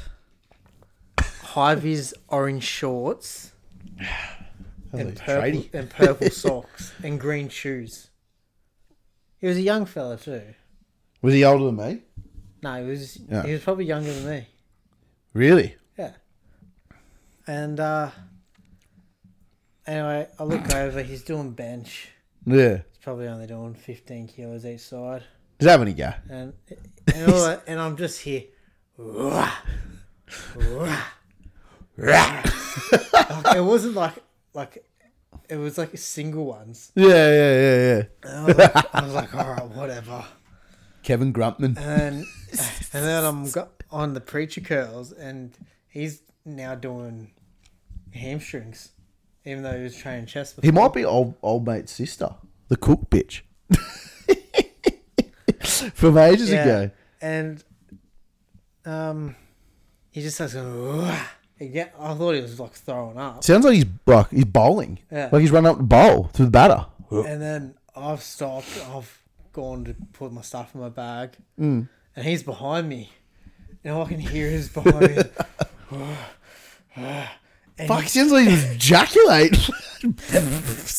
[SPEAKER 2] high vis orange shorts, and purple, and purple socks and green shoes. He was a young fella too.
[SPEAKER 1] Was he older than me?
[SPEAKER 2] No, he was
[SPEAKER 1] Yeah.
[SPEAKER 2] he was probably younger than me.
[SPEAKER 1] Really?
[SPEAKER 2] Yeah. And uh anyway, I look over. He's doing bench.
[SPEAKER 1] Yeah.
[SPEAKER 2] He's probably only doing fifteen kilos each side.
[SPEAKER 1] Does that have any go?
[SPEAKER 2] and and, all that, and I'm just here. "Wah, wah." Like, it wasn't like like it was like single ones.
[SPEAKER 1] Yeah, yeah, yeah, yeah.
[SPEAKER 2] And I was like, I was like, all right, whatever.
[SPEAKER 1] Kevin Grumpman.
[SPEAKER 2] And and then I'm go- on the preacher curls, and he's now doing hamstrings, even though he was training chest.
[SPEAKER 1] He
[SPEAKER 2] Before.
[SPEAKER 1] might be old old mate's sister, the cook bitch, from ages ago.
[SPEAKER 2] And um, he just starts going. "Wah." Again, I thought he was like throwing up.
[SPEAKER 1] Sounds like he's like he's bowling.
[SPEAKER 2] Yeah.
[SPEAKER 1] Like he's running up the bowl through the batter.
[SPEAKER 2] And then I've stopped. I've gone to put my stuff in my bag, and he's behind me, and all I can hear is behind me. and,
[SPEAKER 1] Fuck, sounds like he's ejaculate.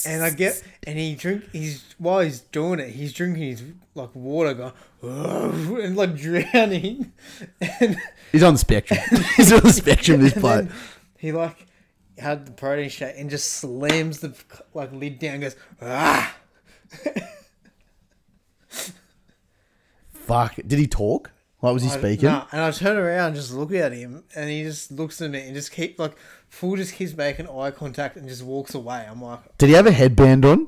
[SPEAKER 2] and I get, and he drink. He's while he's doing it, he's drinking his like water, going and like drowning, and
[SPEAKER 1] he's on the spectrum. he's on the spectrum. This
[SPEAKER 2] and
[SPEAKER 1] bloke.
[SPEAKER 2] then he like had the protein shake and just slams the like lid down, and goes ah.
[SPEAKER 1] Fuck. Did he talk? Like was he
[SPEAKER 2] I-
[SPEAKER 1] speaking?
[SPEAKER 2] nah, and I turn around and just look at him, and he just looks at me and just keep like, fool just keeps making eye contact and just walks away. I'm like,
[SPEAKER 1] Did he have a headband on?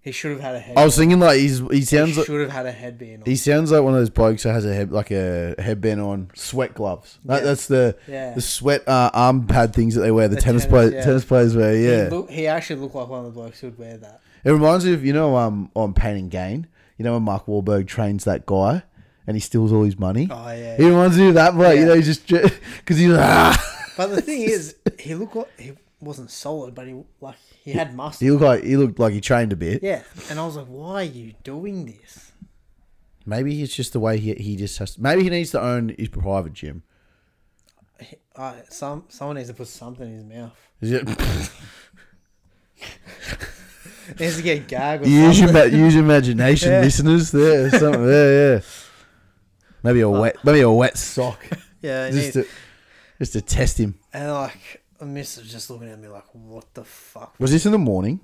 [SPEAKER 2] He should have had a head.
[SPEAKER 1] I was thinking like he's he
[SPEAKER 2] he
[SPEAKER 1] sounds like
[SPEAKER 2] should have had a headband. On.
[SPEAKER 1] he sounds like one of those blokes that has a head like a headband on, sweat gloves. That,
[SPEAKER 2] Yeah.
[SPEAKER 1] That's the
[SPEAKER 2] Yeah.
[SPEAKER 1] the sweat uh, arm pad things that they wear. The,
[SPEAKER 2] The
[SPEAKER 1] tennis,
[SPEAKER 2] tennis,
[SPEAKER 1] players
[SPEAKER 2] yeah.
[SPEAKER 1] tennis players wear. Yeah,
[SPEAKER 2] He, look, he actually looked like one of the blokes who would wear that.
[SPEAKER 1] It reminds me of you know um on Pain and Gain. You know when Mark Wahlberg trains that guy and he steals all his money.
[SPEAKER 2] Oh, yeah,
[SPEAKER 1] He
[SPEAKER 2] yeah.
[SPEAKER 1] reminds me of that bloke. You
[SPEAKER 2] Yeah.
[SPEAKER 1] know, he just because he's like, ah.
[SPEAKER 2] But the thing is, he looked like he wasn't solid, but he like he had muscle.
[SPEAKER 1] He looked like he looked like he trained a bit.
[SPEAKER 2] yeah, and I was like, why are you doing this?
[SPEAKER 1] Maybe it's just the way he he just has. Maybe he needs to own his private gym.
[SPEAKER 2] He- I some someone needs to put something in his mouth.
[SPEAKER 1] Is it?
[SPEAKER 2] He needs to get gagged. Or
[SPEAKER 1] use your
[SPEAKER 2] something.
[SPEAKER 1] ma- use your imagination,
[SPEAKER 2] Yeah.
[SPEAKER 1] listeners. There, something. Yeah, yeah. Maybe
[SPEAKER 2] Oh.
[SPEAKER 1] a wet, maybe a wet sock,
[SPEAKER 2] yeah, he
[SPEAKER 1] just
[SPEAKER 2] needs-
[SPEAKER 1] to just to test him.
[SPEAKER 2] and like the missus just looking at me like, what the fuck?
[SPEAKER 1] Was this in the morning,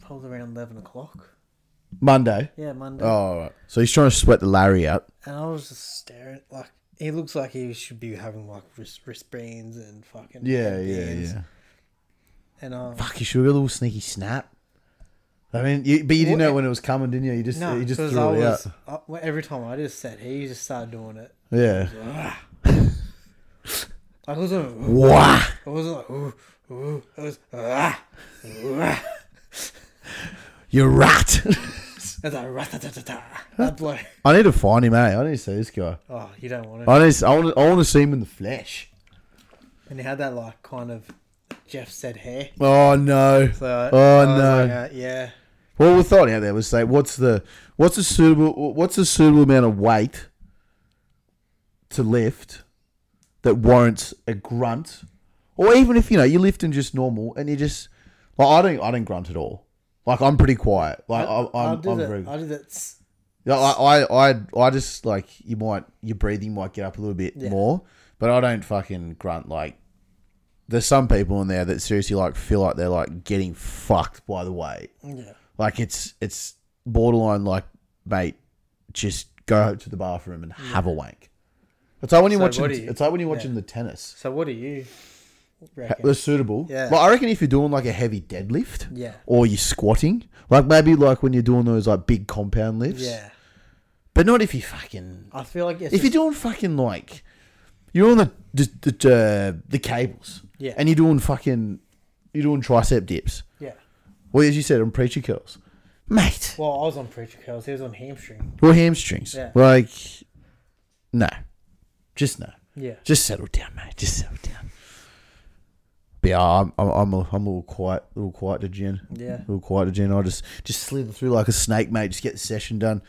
[SPEAKER 2] Probably around eleven o'clock.
[SPEAKER 1] Monday?
[SPEAKER 2] Yeah, Monday.
[SPEAKER 1] Oh, all right. so he's trying to sweat the Larry out.
[SPEAKER 2] And I was just staring. Like he looks like he should be having like wrist, wristbands and fucking
[SPEAKER 1] Yeah, yeah,
[SPEAKER 2] headbands.
[SPEAKER 1] yeah.
[SPEAKER 2] And um,
[SPEAKER 1] Fuck, you should have got a little sneaky snap. I mean, you, but you didn't
[SPEAKER 2] Well,
[SPEAKER 1] know when it was coming, didn't you? You just
[SPEAKER 2] no,
[SPEAKER 1] you just
[SPEAKER 2] because
[SPEAKER 1] threw
[SPEAKER 2] I
[SPEAKER 1] it
[SPEAKER 2] was
[SPEAKER 1] out.
[SPEAKER 2] I, well, every time I just said he just started doing it.
[SPEAKER 1] Yeah.
[SPEAKER 2] Like, it wasn't.
[SPEAKER 1] Wah!
[SPEAKER 2] It wasn't like. Ooh, ooh, it was. Ah, ah.
[SPEAKER 1] You rat!
[SPEAKER 2] It's like rat-a-tat-tat-tat. That blow.
[SPEAKER 1] I need to find him, eh? I need to see this guy.
[SPEAKER 2] Oh, you don't want it.
[SPEAKER 1] I need. To, I want. To, I want to see him in the flesh.
[SPEAKER 2] And he had that like kind of Jeff said hair.
[SPEAKER 1] Oh no!
[SPEAKER 2] So I-
[SPEAKER 1] Oh,
[SPEAKER 2] I was
[SPEAKER 1] no.
[SPEAKER 2] like, uh, yeah.
[SPEAKER 1] Well, we thought out there was say, what's the what's a suitable what's a suitable amount of weight to lift that warrants a grunt, or even if you know you're lifting just normal and you just like I don't I don't grunt at all. Like I'm pretty quiet. Like I, I,
[SPEAKER 2] I
[SPEAKER 1] am
[SPEAKER 2] did
[SPEAKER 1] I'm
[SPEAKER 2] it.
[SPEAKER 1] very.
[SPEAKER 2] I did it. s-
[SPEAKER 1] Yeah, I, I, I, I just like you might your breathing might get up a little bit more, but I don't fucking grunt like. There's some people in there that seriously like feel like they're like getting fucked by the weight.
[SPEAKER 2] Yeah.
[SPEAKER 1] Like it's it's borderline like, mate, just go to the bathroom and have a wank. It's like when you're
[SPEAKER 2] So what
[SPEAKER 1] watching.
[SPEAKER 2] do you-
[SPEAKER 1] it's like when you're watching the tennis.
[SPEAKER 2] So what do you reckon?
[SPEAKER 1] They're suitable.
[SPEAKER 2] Yeah.
[SPEAKER 1] But I reckon if you're doing like a heavy deadlift,
[SPEAKER 2] Yeah.
[SPEAKER 1] or you're squatting, like maybe like when you're doing those like big compound lifts,
[SPEAKER 2] Yeah.
[SPEAKER 1] But not if you fucking
[SPEAKER 2] I feel like it's
[SPEAKER 1] if you're doing fucking like you're on the the the, uh, the cables,
[SPEAKER 2] Yeah.
[SPEAKER 1] and you're doing fucking you're doing tricep dips.
[SPEAKER 2] yeah.
[SPEAKER 1] Well, as you said, on preacher curls, mate,
[SPEAKER 2] Well, I was on preacher curls. He was on hamstring.
[SPEAKER 1] or hamstrings,
[SPEAKER 2] Yeah.
[SPEAKER 1] like no, just no,
[SPEAKER 2] Yeah.
[SPEAKER 1] just settle down, mate, just settle down. But yeah, I'm I'm I'm a, I'm a little quiet, little quiet to Jen,
[SPEAKER 2] Yeah.
[SPEAKER 1] little quiet to Jen. I just just slither through like a snake, mate. Just get the session done.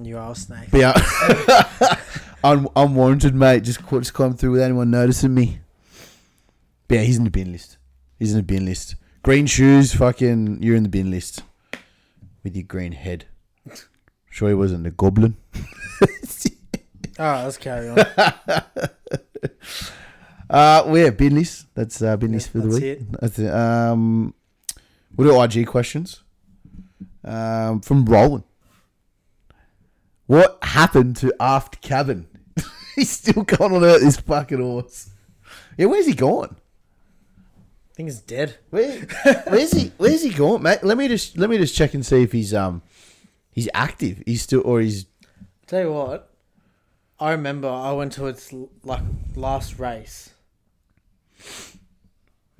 [SPEAKER 2] You are a snake.
[SPEAKER 1] But yeah, un- unwarranted, mate. Just qu- just climb through without anyone noticing me. But yeah, he's in the bin list. He's in the bin list. Green shoes, fucking, you're in the bin list with your green head. Sure, he wasn't a goblin.
[SPEAKER 2] All right, let's carry on. That's
[SPEAKER 1] Uh, well, yeah, bin list. That's uh, bin list for the
[SPEAKER 2] that's
[SPEAKER 1] week.
[SPEAKER 2] it.
[SPEAKER 1] That's it. Um, what are IG questions? Um, from Roland. What happened to Aft Cabin? He's still going on about this fucking horse. Yeah, where's he gone?
[SPEAKER 2] I think it's dead.
[SPEAKER 1] Where, where's he? Where's he gone, mate? Let me just let me just check and see if he's um he's active. He's still or he's
[SPEAKER 2] Tell you what, I remember I went to its l- like last race,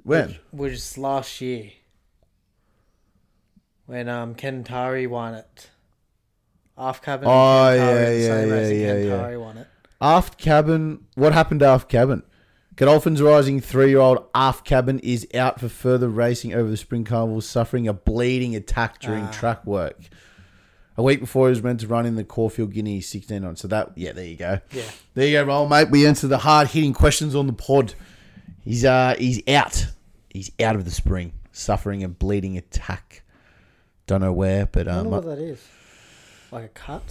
[SPEAKER 1] when?
[SPEAKER 2] which is last year, when um Kentari won it. Half cabin. and
[SPEAKER 1] Oh,
[SPEAKER 2] Kentari
[SPEAKER 1] yeah,
[SPEAKER 2] in the
[SPEAKER 1] yeah,
[SPEAKER 2] same race
[SPEAKER 1] yeah,
[SPEAKER 2] and
[SPEAKER 1] yeah, yeah.
[SPEAKER 2] Kentari won it.
[SPEAKER 1] Aft Cabin. What happened to Aft Cabin? Godolphin's rising three-year-old Aft Cabin is out for further racing over the spring carnival, suffering a bleeding attack during
[SPEAKER 2] Ah.
[SPEAKER 1] track work. A week before he was meant to run in the Caulfield Guinea 16 on. So that, yeah, there you go.
[SPEAKER 2] Yeah.
[SPEAKER 1] There you go, roll mate. We answer the hard-hitting questions on the pod. He's uh he's out. He's out of the spring, suffering a bleeding attack. Don't know where, but
[SPEAKER 2] I don't know
[SPEAKER 1] um,
[SPEAKER 2] what that is. Like a cut.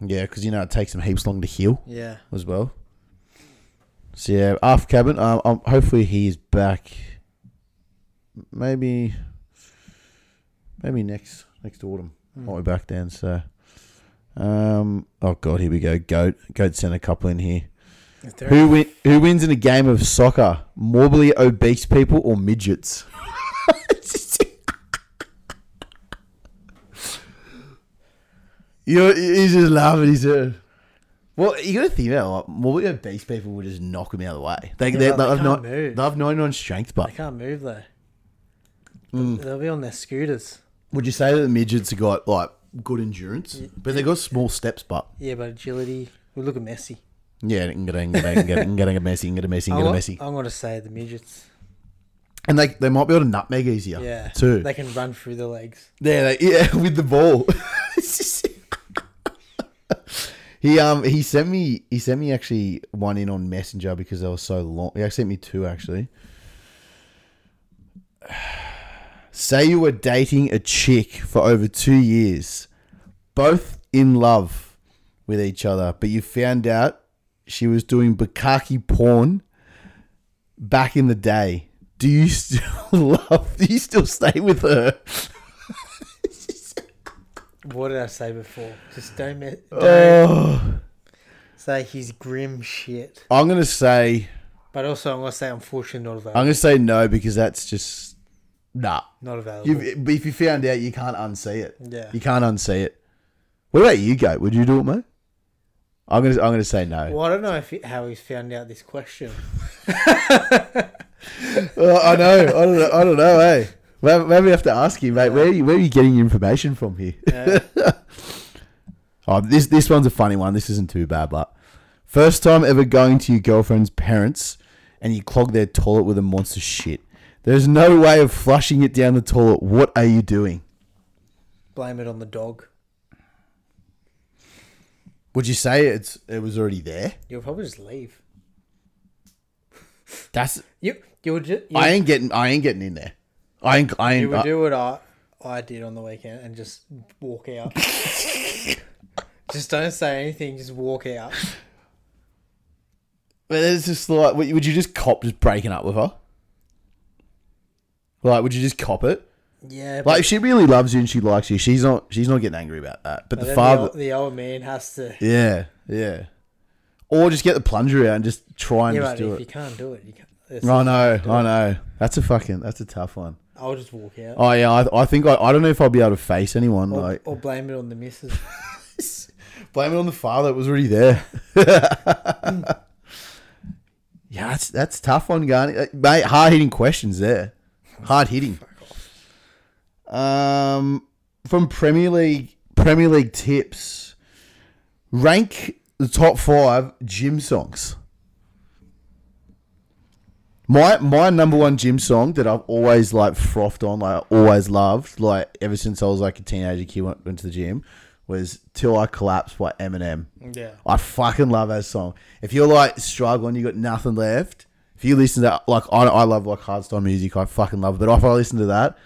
[SPEAKER 1] yeah, because you know it takes him heaps long to heal.
[SPEAKER 2] Yeah.
[SPEAKER 1] as well. So yeah, aft cabin. Um, um hopefully he's back. Maybe, maybe next next autumn might be back then. So, um, oh god, here we go. Goat, goat sent a couple in here.
[SPEAKER 2] Is there
[SPEAKER 1] Who win, Who wins in a game of soccer? Morbidly obese people or midgets? You know, he's just laughing. He's uh, well, you got to think about like, well, base people would just knock him out of the way. They
[SPEAKER 2] Yeah,
[SPEAKER 1] they,
[SPEAKER 2] but
[SPEAKER 1] they
[SPEAKER 2] they
[SPEAKER 1] have
[SPEAKER 2] can't
[SPEAKER 1] not
[SPEAKER 2] move.
[SPEAKER 1] they have ninety nine strength,
[SPEAKER 2] They
[SPEAKER 1] but
[SPEAKER 2] can't move though. They'll be on their scooters.
[SPEAKER 1] would you say that the midgets have got like good endurance, but they got small steps, but
[SPEAKER 2] Yeah, but agility. We look at Messi.
[SPEAKER 1] yeah, it can get it can get it can get it can get it messy, it can get it messy, it
[SPEAKER 2] I'm,
[SPEAKER 1] can get it
[SPEAKER 2] gonna-
[SPEAKER 1] messy,
[SPEAKER 2] I'm gonna say the midgets.
[SPEAKER 1] and they they might be able to nutmeg easier.
[SPEAKER 2] Yeah,
[SPEAKER 1] too.
[SPEAKER 2] They can run through the legs.
[SPEAKER 1] Yeah, like, yeah, with the ball. It's just- he um he sent me he sent me actually one in on Messenger because they were so long. He actually sent me two actually. Say you were dating a chick for over two years, both in love with each other, but you found out she was doing bukkake porn back in the day. Do you still love? Do you still stay with her?
[SPEAKER 2] What did I say before? Just don't, me- don't
[SPEAKER 1] Oh.
[SPEAKER 2] say he's grim shit.
[SPEAKER 1] I'm gonna say
[SPEAKER 2] But also, I'm gonna say unfortunately not available.
[SPEAKER 1] I'm gonna say no because that's just nah.
[SPEAKER 2] not available.
[SPEAKER 1] You, but if you found out, you can't unsee it.
[SPEAKER 2] Yeah.
[SPEAKER 1] you can't unsee it. What about you, Gate? Would you do it, mate? I'm gonna I'm gonna say no.
[SPEAKER 2] well, I don't know if he, how he's found out this question.
[SPEAKER 1] Uh, I know. I don't know. I don't know. Hey, maybe maybe we have to ask you, mate. Where are you, where are you getting your information from here?
[SPEAKER 2] Yeah.
[SPEAKER 1] Oh, this this one's a funny one. This isn't too bad, but first time ever going to your girlfriend's parents and you clog their toilet with a monster shit. There's no way of flushing it down the toilet. What are you doing?
[SPEAKER 2] Blame it on the dog.
[SPEAKER 1] Would you say it's it was already there?
[SPEAKER 2] You'll probably just leave.
[SPEAKER 1] That's
[SPEAKER 2] You you would just, you,
[SPEAKER 1] I ain't getting I ain't getting in there. I ain't I
[SPEAKER 2] you
[SPEAKER 1] ain't.
[SPEAKER 2] would
[SPEAKER 1] I,
[SPEAKER 2] do what I I did on the weekend and just walk out. just don't say anything. Just walk out.
[SPEAKER 1] but it's just like would you would you just cop just breaking up with her? Like would you just cop it?
[SPEAKER 2] Yeah,
[SPEAKER 1] Like if she really loves you and she likes you, she's not she's not getting angry about that. But
[SPEAKER 2] but
[SPEAKER 1] the
[SPEAKER 2] then
[SPEAKER 1] father,
[SPEAKER 2] old- the old man has to.
[SPEAKER 1] yeah, yeah. Or just get the plunger out and just try and
[SPEAKER 2] Yeah,
[SPEAKER 1] just
[SPEAKER 2] but
[SPEAKER 1] do it.
[SPEAKER 2] if you can't do it, you can't. it's-
[SPEAKER 1] I know, I know. That's a fucking that's a tough one.
[SPEAKER 2] I'll just walk out.
[SPEAKER 1] Oh yeah, I, I think I, I don't know if I'll be able to face anyone.
[SPEAKER 2] Or,
[SPEAKER 1] Like
[SPEAKER 2] or blame it on the missus.
[SPEAKER 1] Blame it on the father. It was already there. yeah, that's that's a tough one, Garney. Uh, Mate, hard hitting questions there. Hard hitting. Um, from Premier League Premier League tips, rank the top five gym songs. My my number one gym song that I've always like frothed on, like always loved, like ever since I was like a teenager kid went, went to the gym, was "Till I Collapse" by Eminem.
[SPEAKER 2] Yeah.
[SPEAKER 1] I fucking love that song. If you're like struggling, you got nothing left. If you listen to like I, I love like hardstyle music, I fucking love it. But if I listen to that,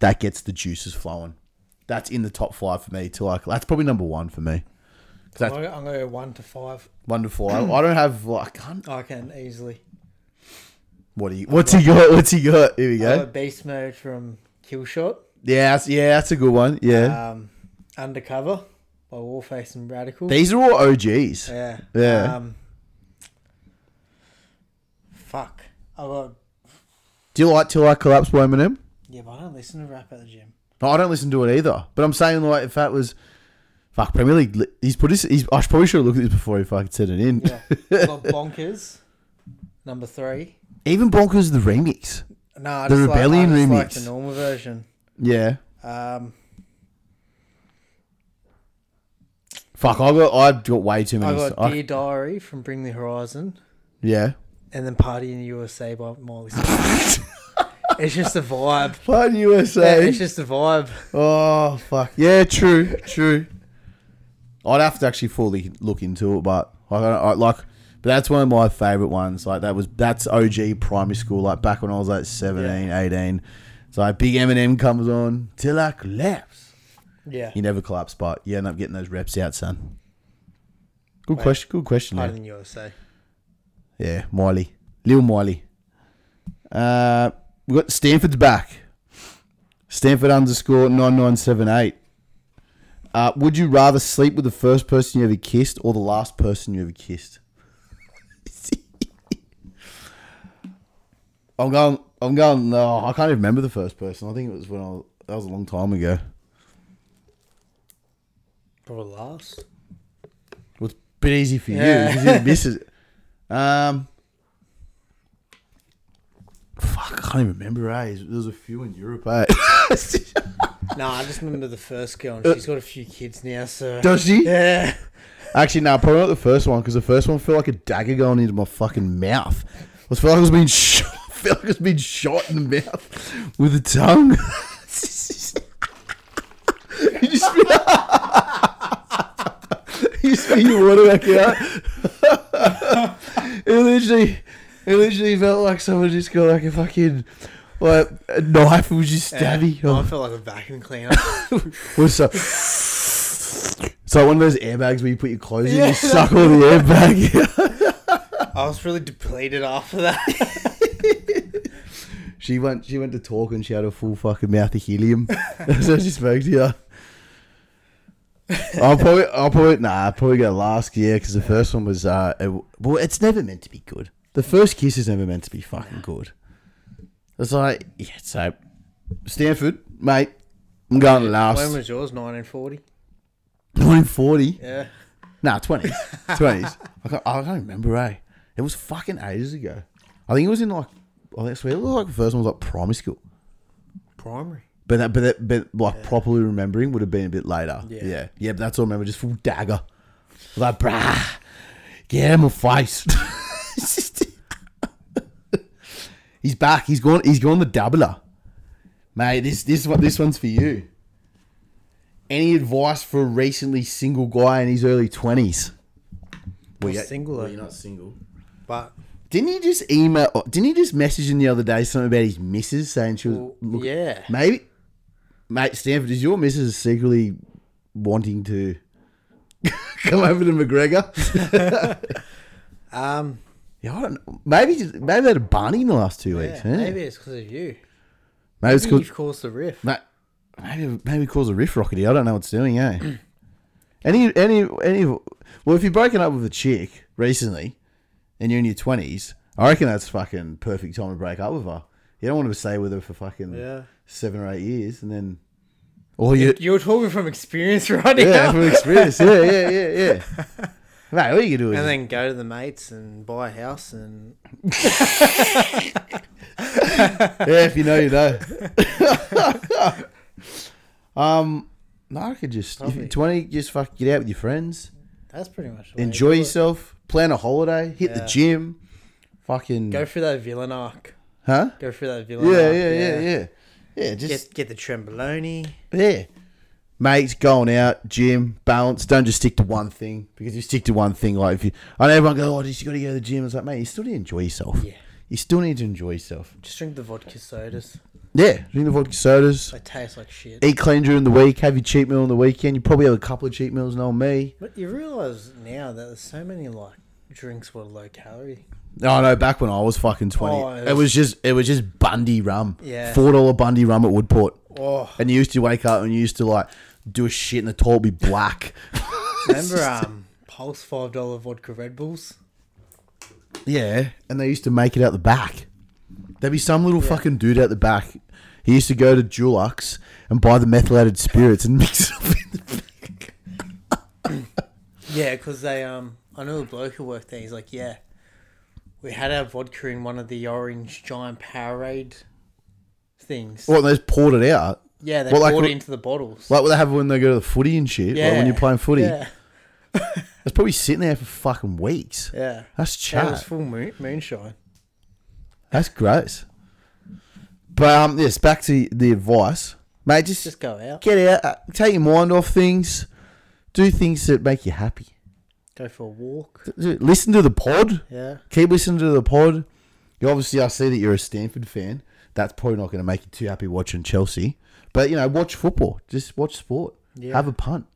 [SPEAKER 1] that gets the juices flowing. That's in the top five for me. Till I that's probably number one for me.
[SPEAKER 2] I'm
[SPEAKER 1] That's
[SPEAKER 2] gonna, I'm gonna go one to five.
[SPEAKER 1] wonderful. I, I don't have like I can't-
[SPEAKER 2] I can easily.
[SPEAKER 1] what do you what's he got? What's he got? Here we
[SPEAKER 2] Yeah.
[SPEAKER 1] go.
[SPEAKER 2] beast mode from Killshot.
[SPEAKER 1] Yeah, that's, yeah, that's a good one. Yeah.
[SPEAKER 2] Um, undercover by Warface and Radical.
[SPEAKER 1] These are all OGs.
[SPEAKER 2] yeah.
[SPEAKER 1] Yeah.
[SPEAKER 2] Um, fuck. I got.
[SPEAKER 1] Do you like Till I Collapse by Eminem?
[SPEAKER 2] Yeah, but I don't listen to rap at the gym.
[SPEAKER 1] No, I don't listen to it either. But I'm saying like if that was fuck Premier League, li- he's put his. He's, I probably should have looked at this before he fucking said it in.
[SPEAKER 2] Yeah. I got Bonkers. Number three.
[SPEAKER 1] Even bonkers the remix.
[SPEAKER 2] No, I
[SPEAKER 1] The
[SPEAKER 2] just
[SPEAKER 1] Rebellion
[SPEAKER 2] like, I just like
[SPEAKER 1] remix.
[SPEAKER 2] the normal version.
[SPEAKER 1] Yeah.
[SPEAKER 2] Um,
[SPEAKER 1] Fuck, I got I got way too many.
[SPEAKER 2] I
[SPEAKER 1] so-
[SPEAKER 2] got
[SPEAKER 1] I-
[SPEAKER 2] Dear Diary from Bring the Horizon,
[SPEAKER 1] yeah.
[SPEAKER 2] and then Party in the USA by Miley Cyrus. it's just a vibe.
[SPEAKER 1] Fun
[SPEAKER 2] Yeah,
[SPEAKER 1] USA.
[SPEAKER 2] it's just a vibe.
[SPEAKER 1] oh fuck. Yeah, true, true. I'd have to actually fully look into it, but I, don't- I like. But that's one of my favorite ones. Like that was that's OG primary school. Like back when I was like 17, 18. It's like big Eminem comes on till I collapse.
[SPEAKER 2] Yeah.
[SPEAKER 1] You never collapse, but you end up getting those reps out, son. Good
[SPEAKER 2] Wait.
[SPEAKER 1] question. Good question.
[SPEAKER 2] Party
[SPEAKER 1] man.
[SPEAKER 2] in the USA.
[SPEAKER 1] Yeah, Miley. Lil Miley. Uh, we got Stanford's back. Stanford underscore 9978. Uh, would you rather sleep with the first person you ever kissed or the last person you ever kissed? I'm going, I'm going, no, I can't even remember the first person. I think it was when I was, that was a long time ago.
[SPEAKER 2] Probably last.
[SPEAKER 1] Bit easy for you
[SPEAKER 2] Yeah.
[SPEAKER 1] because you miss it. Um, fuck, I can't even remember. Eh? There was a few in Europe. Eh?
[SPEAKER 2] Nah, I just remember the first girl, and she's got a few kids now, so.
[SPEAKER 1] Does she?
[SPEAKER 2] Yeah.
[SPEAKER 1] Actually, no, probably not the first one because the first one felt like a dagger going into my fucking mouth. I felt like I was being shot. Felt like I was being shot in the mouth with a tongue. you just you spit your water back out. it literally, it literally felt like someone just got like a fucking like a knife and was just stabbing.
[SPEAKER 2] Yeah.
[SPEAKER 1] Oh,
[SPEAKER 2] I felt like a vacuum cleaner.
[SPEAKER 1] What's up? So one of those airbags where you put your clothes in,
[SPEAKER 2] Yeah,
[SPEAKER 1] you suck all the air back.
[SPEAKER 2] I was really depleted after that.
[SPEAKER 1] she went. She went to talk and she had a full fucking mouth of helium. so she spoke to you. I'll probably, I'll probably, nah, I'll probably go last year because the first one was, uh, it, well, it's never meant to be good. The first kiss is never meant to be fucking good. It's like, yeah, so Stanford, mate, I'm going last.
[SPEAKER 2] When was yours? 1940?
[SPEAKER 1] 1940.
[SPEAKER 2] Yeah.
[SPEAKER 1] Nah, twenties, twenties. I can't, I can't remember. Eh, it was fucking ages ago. I think it was in like, I think I swear it was like the first one was like primary school.
[SPEAKER 2] Primary.
[SPEAKER 1] But that, but that, but like properly remembering would have been a bit later.
[SPEAKER 2] Yeah.
[SPEAKER 1] Yeah, yeah, but that's all I remember. Just full dagger. Like, brah, get out of my face. It's just- he's back. He's gone. He's gone the doubler, mate. This this one this one's for you. Any advice for a recently single guy in his early twenties?
[SPEAKER 2] Well, you're- single, well, though. you're
[SPEAKER 1] not single.
[SPEAKER 2] But
[SPEAKER 1] Didn't he just email? or Didn't he just message in the other day something about his missus saying she was
[SPEAKER 2] well,
[SPEAKER 1] look,
[SPEAKER 2] yeah,
[SPEAKER 1] Maybe, mate, Stanford, is your missus secretly wanting to come over to McGregor?
[SPEAKER 2] um,
[SPEAKER 1] yeah, I don't know. Maybe, just, maybe they had a Barney in the last two
[SPEAKER 2] yeah,
[SPEAKER 1] weeks. Yeah.
[SPEAKER 2] maybe it's because of you.
[SPEAKER 1] maybe it's
[SPEAKER 2] Maybe
[SPEAKER 1] called,
[SPEAKER 2] you've caused the rift.
[SPEAKER 1] ma- maybe, maybe it caused a riff rockety. I don't know what's doing, eh? any, any, any. Well, if you're broken up with a chick recently, and you're in your twenties, I reckon that's fucking perfect time to break up with her. You don't want to stay with her for fucking
[SPEAKER 2] Yeah.
[SPEAKER 1] seven or eight years, and then, or you,
[SPEAKER 2] You're talking from experience, right?
[SPEAKER 1] Yeah,
[SPEAKER 2] Yeah.
[SPEAKER 1] from experience. Yeah, yeah, yeah, yeah. Mate, what are you gonna do?
[SPEAKER 2] And then go to the mates and buy a house and
[SPEAKER 1] yeah, if you know, you know. um, no, I could just if you're
[SPEAKER 2] Probably.
[SPEAKER 1] twenty, just fuck get out with your friends,
[SPEAKER 2] that's pretty much the way
[SPEAKER 1] enjoy
[SPEAKER 2] to do it.
[SPEAKER 1] yourself, plan a holiday, hit the
[SPEAKER 2] Yeah.
[SPEAKER 1] gym, fucking
[SPEAKER 2] Go through that villain arc.
[SPEAKER 1] huh?
[SPEAKER 2] Go through that villain
[SPEAKER 1] Yeah,
[SPEAKER 2] arc.
[SPEAKER 1] yeah, yeah, yeah, yeah. Just
[SPEAKER 2] Get get the tremboloni.
[SPEAKER 1] yeah. Mates, going out, gym, balance. Don't just stick to one thing because you stick to one thing. Like if you, I know everyone go, oh, just you got to go to the gym. It's like, mate, you still need to enjoy yourself.
[SPEAKER 2] Yeah.
[SPEAKER 1] You still need to enjoy yourself.
[SPEAKER 2] Just drink the vodka sodas.
[SPEAKER 1] Yeah, drink the vodka sodas.
[SPEAKER 2] They taste like shit.
[SPEAKER 1] Eat clean during the week. Have your cheat meal on the weekend. You probably have a couple of cheat meals, know me.
[SPEAKER 2] But you realise now that there's so many like drinks with low calorie.
[SPEAKER 1] No, no. Back when I was fucking twenty,
[SPEAKER 2] Oh,
[SPEAKER 1] it was just it was just Bundy rum.
[SPEAKER 2] Yeah.
[SPEAKER 1] four dollar Bundy rum at Woodport,
[SPEAKER 2] Oh,
[SPEAKER 1] and you used to wake up and you used to like do a shit in the toilet, be black.
[SPEAKER 2] remember um Pulse five dollar vodka Red Bulls?
[SPEAKER 1] yeah, and they used to make it out the back. There'd be some little fucking dude out the back. He used to go to Dulux and buy the methylated spirits and mix it up. In the
[SPEAKER 2] Yeah, because they um, I know a bloke who worked there. He's like, yeah, we had our vodka in one of the orange giant Powerade things.
[SPEAKER 1] well, they just poured it out.
[SPEAKER 2] yeah, they
[SPEAKER 1] what, like,
[SPEAKER 2] poured
[SPEAKER 1] what-
[SPEAKER 2] it into the bottles.
[SPEAKER 1] Like what they have when they go to the footy and shit.
[SPEAKER 2] yeah,
[SPEAKER 1] Like when you're playing footy.
[SPEAKER 2] Yeah,
[SPEAKER 1] It's probably sitting there for fucking weeks.
[SPEAKER 2] yeah.
[SPEAKER 1] That's
[SPEAKER 2] That
[SPEAKER 1] chat.
[SPEAKER 2] was full moon, moonshine.
[SPEAKER 1] That's gross. But um, yes, back to the advice, mate. Just,
[SPEAKER 2] Just go out,
[SPEAKER 1] get out, uh, take your mind off things, do things that make you happy.
[SPEAKER 2] go for a walk.
[SPEAKER 1] Do- Listen to the pod.
[SPEAKER 2] Yeah,
[SPEAKER 1] Keep listening to the pod. You obviously, I see that you're a Stanford fan. That's probably not going to make you too happy watching Chelsea. But you know, watch football. Just watch sport.
[SPEAKER 2] Yeah.
[SPEAKER 1] Have a punt.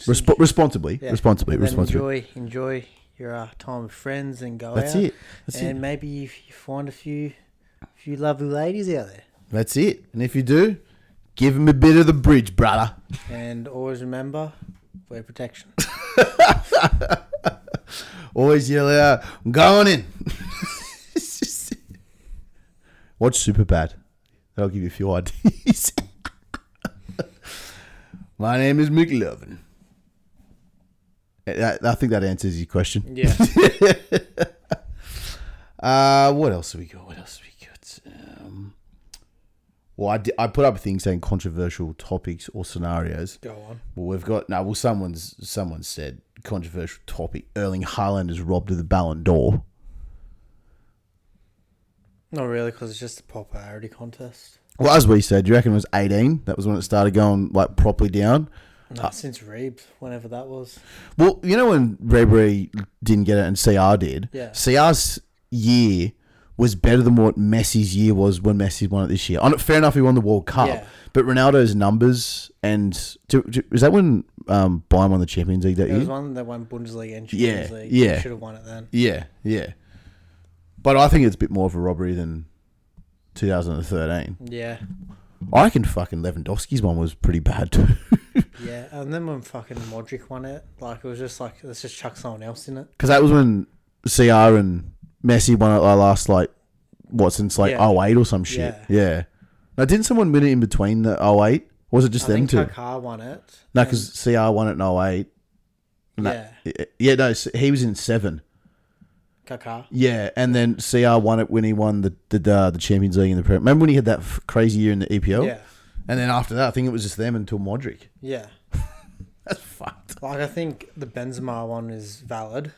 [SPEAKER 1] Resp- responsibly,
[SPEAKER 2] Yeah.
[SPEAKER 1] responsibly,
[SPEAKER 2] and then
[SPEAKER 1] responsibly.
[SPEAKER 2] enjoy enjoy your uh, time with friends and go
[SPEAKER 1] That's
[SPEAKER 2] out.
[SPEAKER 1] it. That's it.
[SPEAKER 2] and maybe if you find a few, few lovely ladies out there.
[SPEAKER 1] That's it. And if you do, give him a bit of the bridge, brother.
[SPEAKER 2] And always remember, wear protection.
[SPEAKER 1] Always yell out, I'm going in. It's just- Watch Super Bad. That'll give you a few ideas. My name is McLovin. That, I think that answers your question.
[SPEAKER 2] Yeah.
[SPEAKER 1] Uh, what else have we got? What else have we got? Um, well, I, di- I put up a thing saying controversial topics or scenarios.
[SPEAKER 2] Go on.
[SPEAKER 1] Well, we've got no. Well, someone's someone said controversial topic. Erling Haaland is robbed of the Ballon d'Or.
[SPEAKER 2] Not really, because it's just a popularity contest.
[SPEAKER 1] Well, as we said, do you reckon it was eighteen? That was when it started going like properly down.
[SPEAKER 2] No,
[SPEAKER 1] Ah.
[SPEAKER 2] since Reeb, whenever that was.
[SPEAKER 1] Well, you know when Ribery didn't get it and CR did.
[SPEAKER 2] Yeah.
[SPEAKER 1] CR's year was better than what Messi's year was when Messi won it this year. On fair enough, he won the World Cup,
[SPEAKER 2] Yeah.
[SPEAKER 1] but Ronaldo's numbers and do, do, was that when um, Bayern won the Champions League that
[SPEAKER 2] There was
[SPEAKER 1] year?
[SPEAKER 2] one that won Bundesliga and Champions
[SPEAKER 1] Hmm? Yeah,
[SPEAKER 2] League.
[SPEAKER 1] yeah.
[SPEAKER 2] Should have won it then.
[SPEAKER 1] Yeah, yeah. But I think it's a bit more of a robbery than 2013.
[SPEAKER 2] Yeah.
[SPEAKER 1] I reckon fucking Lewandowski's one was pretty bad too.
[SPEAKER 2] Yeah. And then when fucking Modric won it, like, it was just like, let's just chuck someone else in it.
[SPEAKER 1] because that was when CR and Messi won it like last like what since like
[SPEAKER 2] Yeah.
[SPEAKER 1] oh eight or some shit.
[SPEAKER 2] Yeah.
[SPEAKER 1] Yeah. Now didn't someone win it in between the oh eight? Or was it just
[SPEAKER 2] I
[SPEAKER 1] them
[SPEAKER 2] think
[SPEAKER 1] two?
[SPEAKER 2] Kaká won it.
[SPEAKER 1] No, because CR won it in oh eight. No.
[SPEAKER 2] Yeah.
[SPEAKER 1] Yeah, no, s- he was in seven.
[SPEAKER 2] Kaká.
[SPEAKER 1] Yeah, and then CR won it when he won the the, uh, the Champions League in the Premier. Remember when he had that f- crazy year in the EPL?
[SPEAKER 2] Yeah.
[SPEAKER 1] And then after that, I think it was just them until Modric.
[SPEAKER 2] Yeah.
[SPEAKER 1] That's fucked.
[SPEAKER 2] Like, I think the Benzema one is valid.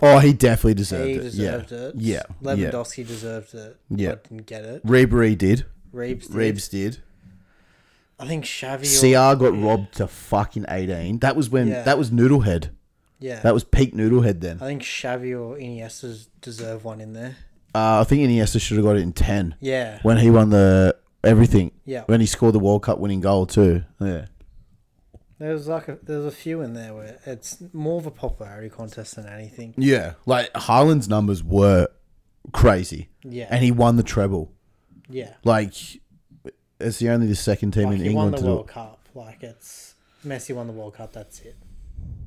[SPEAKER 1] Oh, he definitely deserved
[SPEAKER 2] He
[SPEAKER 1] it.
[SPEAKER 2] deserved
[SPEAKER 1] yeah.
[SPEAKER 2] it.
[SPEAKER 1] Yeah. Yeah.
[SPEAKER 2] Lewandowski deserved it.
[SPEAKER 1] Yeah.
[SPEAKER 2] But didn't get it.
[SPEAKER 1] Ribery did.
[SPEAKER 2] Reeves did.
[SPEAKER 1] Reeves did.
[SPEAKER 2] I think Xavi. Or,
[SPEAKER 1] CR got robbed to fucking 18. That was when
[SPEAKER 2] Yeah.
[SPEAKER 1] that was Noodlehead.
[SPEAKER 2] yeah.
[SPEAKER 1] That was peak Noodlehead then.
[SPEAKER 2] I think Xavi or Iniesta deserve one in there.
[SPEAKER 1] Uh, I think Iniesta should have got it in 10
[SPEAKER 2] Yeah.
[SPEAKER 1] when he won the everything.
[SPEAKER 2] Yeah.
[SPEAKER 1] When he scored the World Cup winning goal too. Yeah.
[SPEAKER 2] There's like a, there's a few in there where it's more of a popularity contest than anything.
[SPEAKER 1] Yeah. Like Haaland's numbers were crazy.
[SPEAKER 2] Yeah.
[SPEAKER 1] And he won the treble.
[SPEAKER 2] Yeah.
[SPEAKER 1] Like it's the only the second team
[SPEAKER 2] Like
[SPEAKER 1] in
[SPEAKER 2] he
[SPEAKER 1] England
[SPEAKER 2] won the
[SPEAKER 1] to do
[SPEAKER 2] World
[SPEAKER 1] it.
[SPEAKER 2] Cup. Like it's Messi won the World Cup. That's it.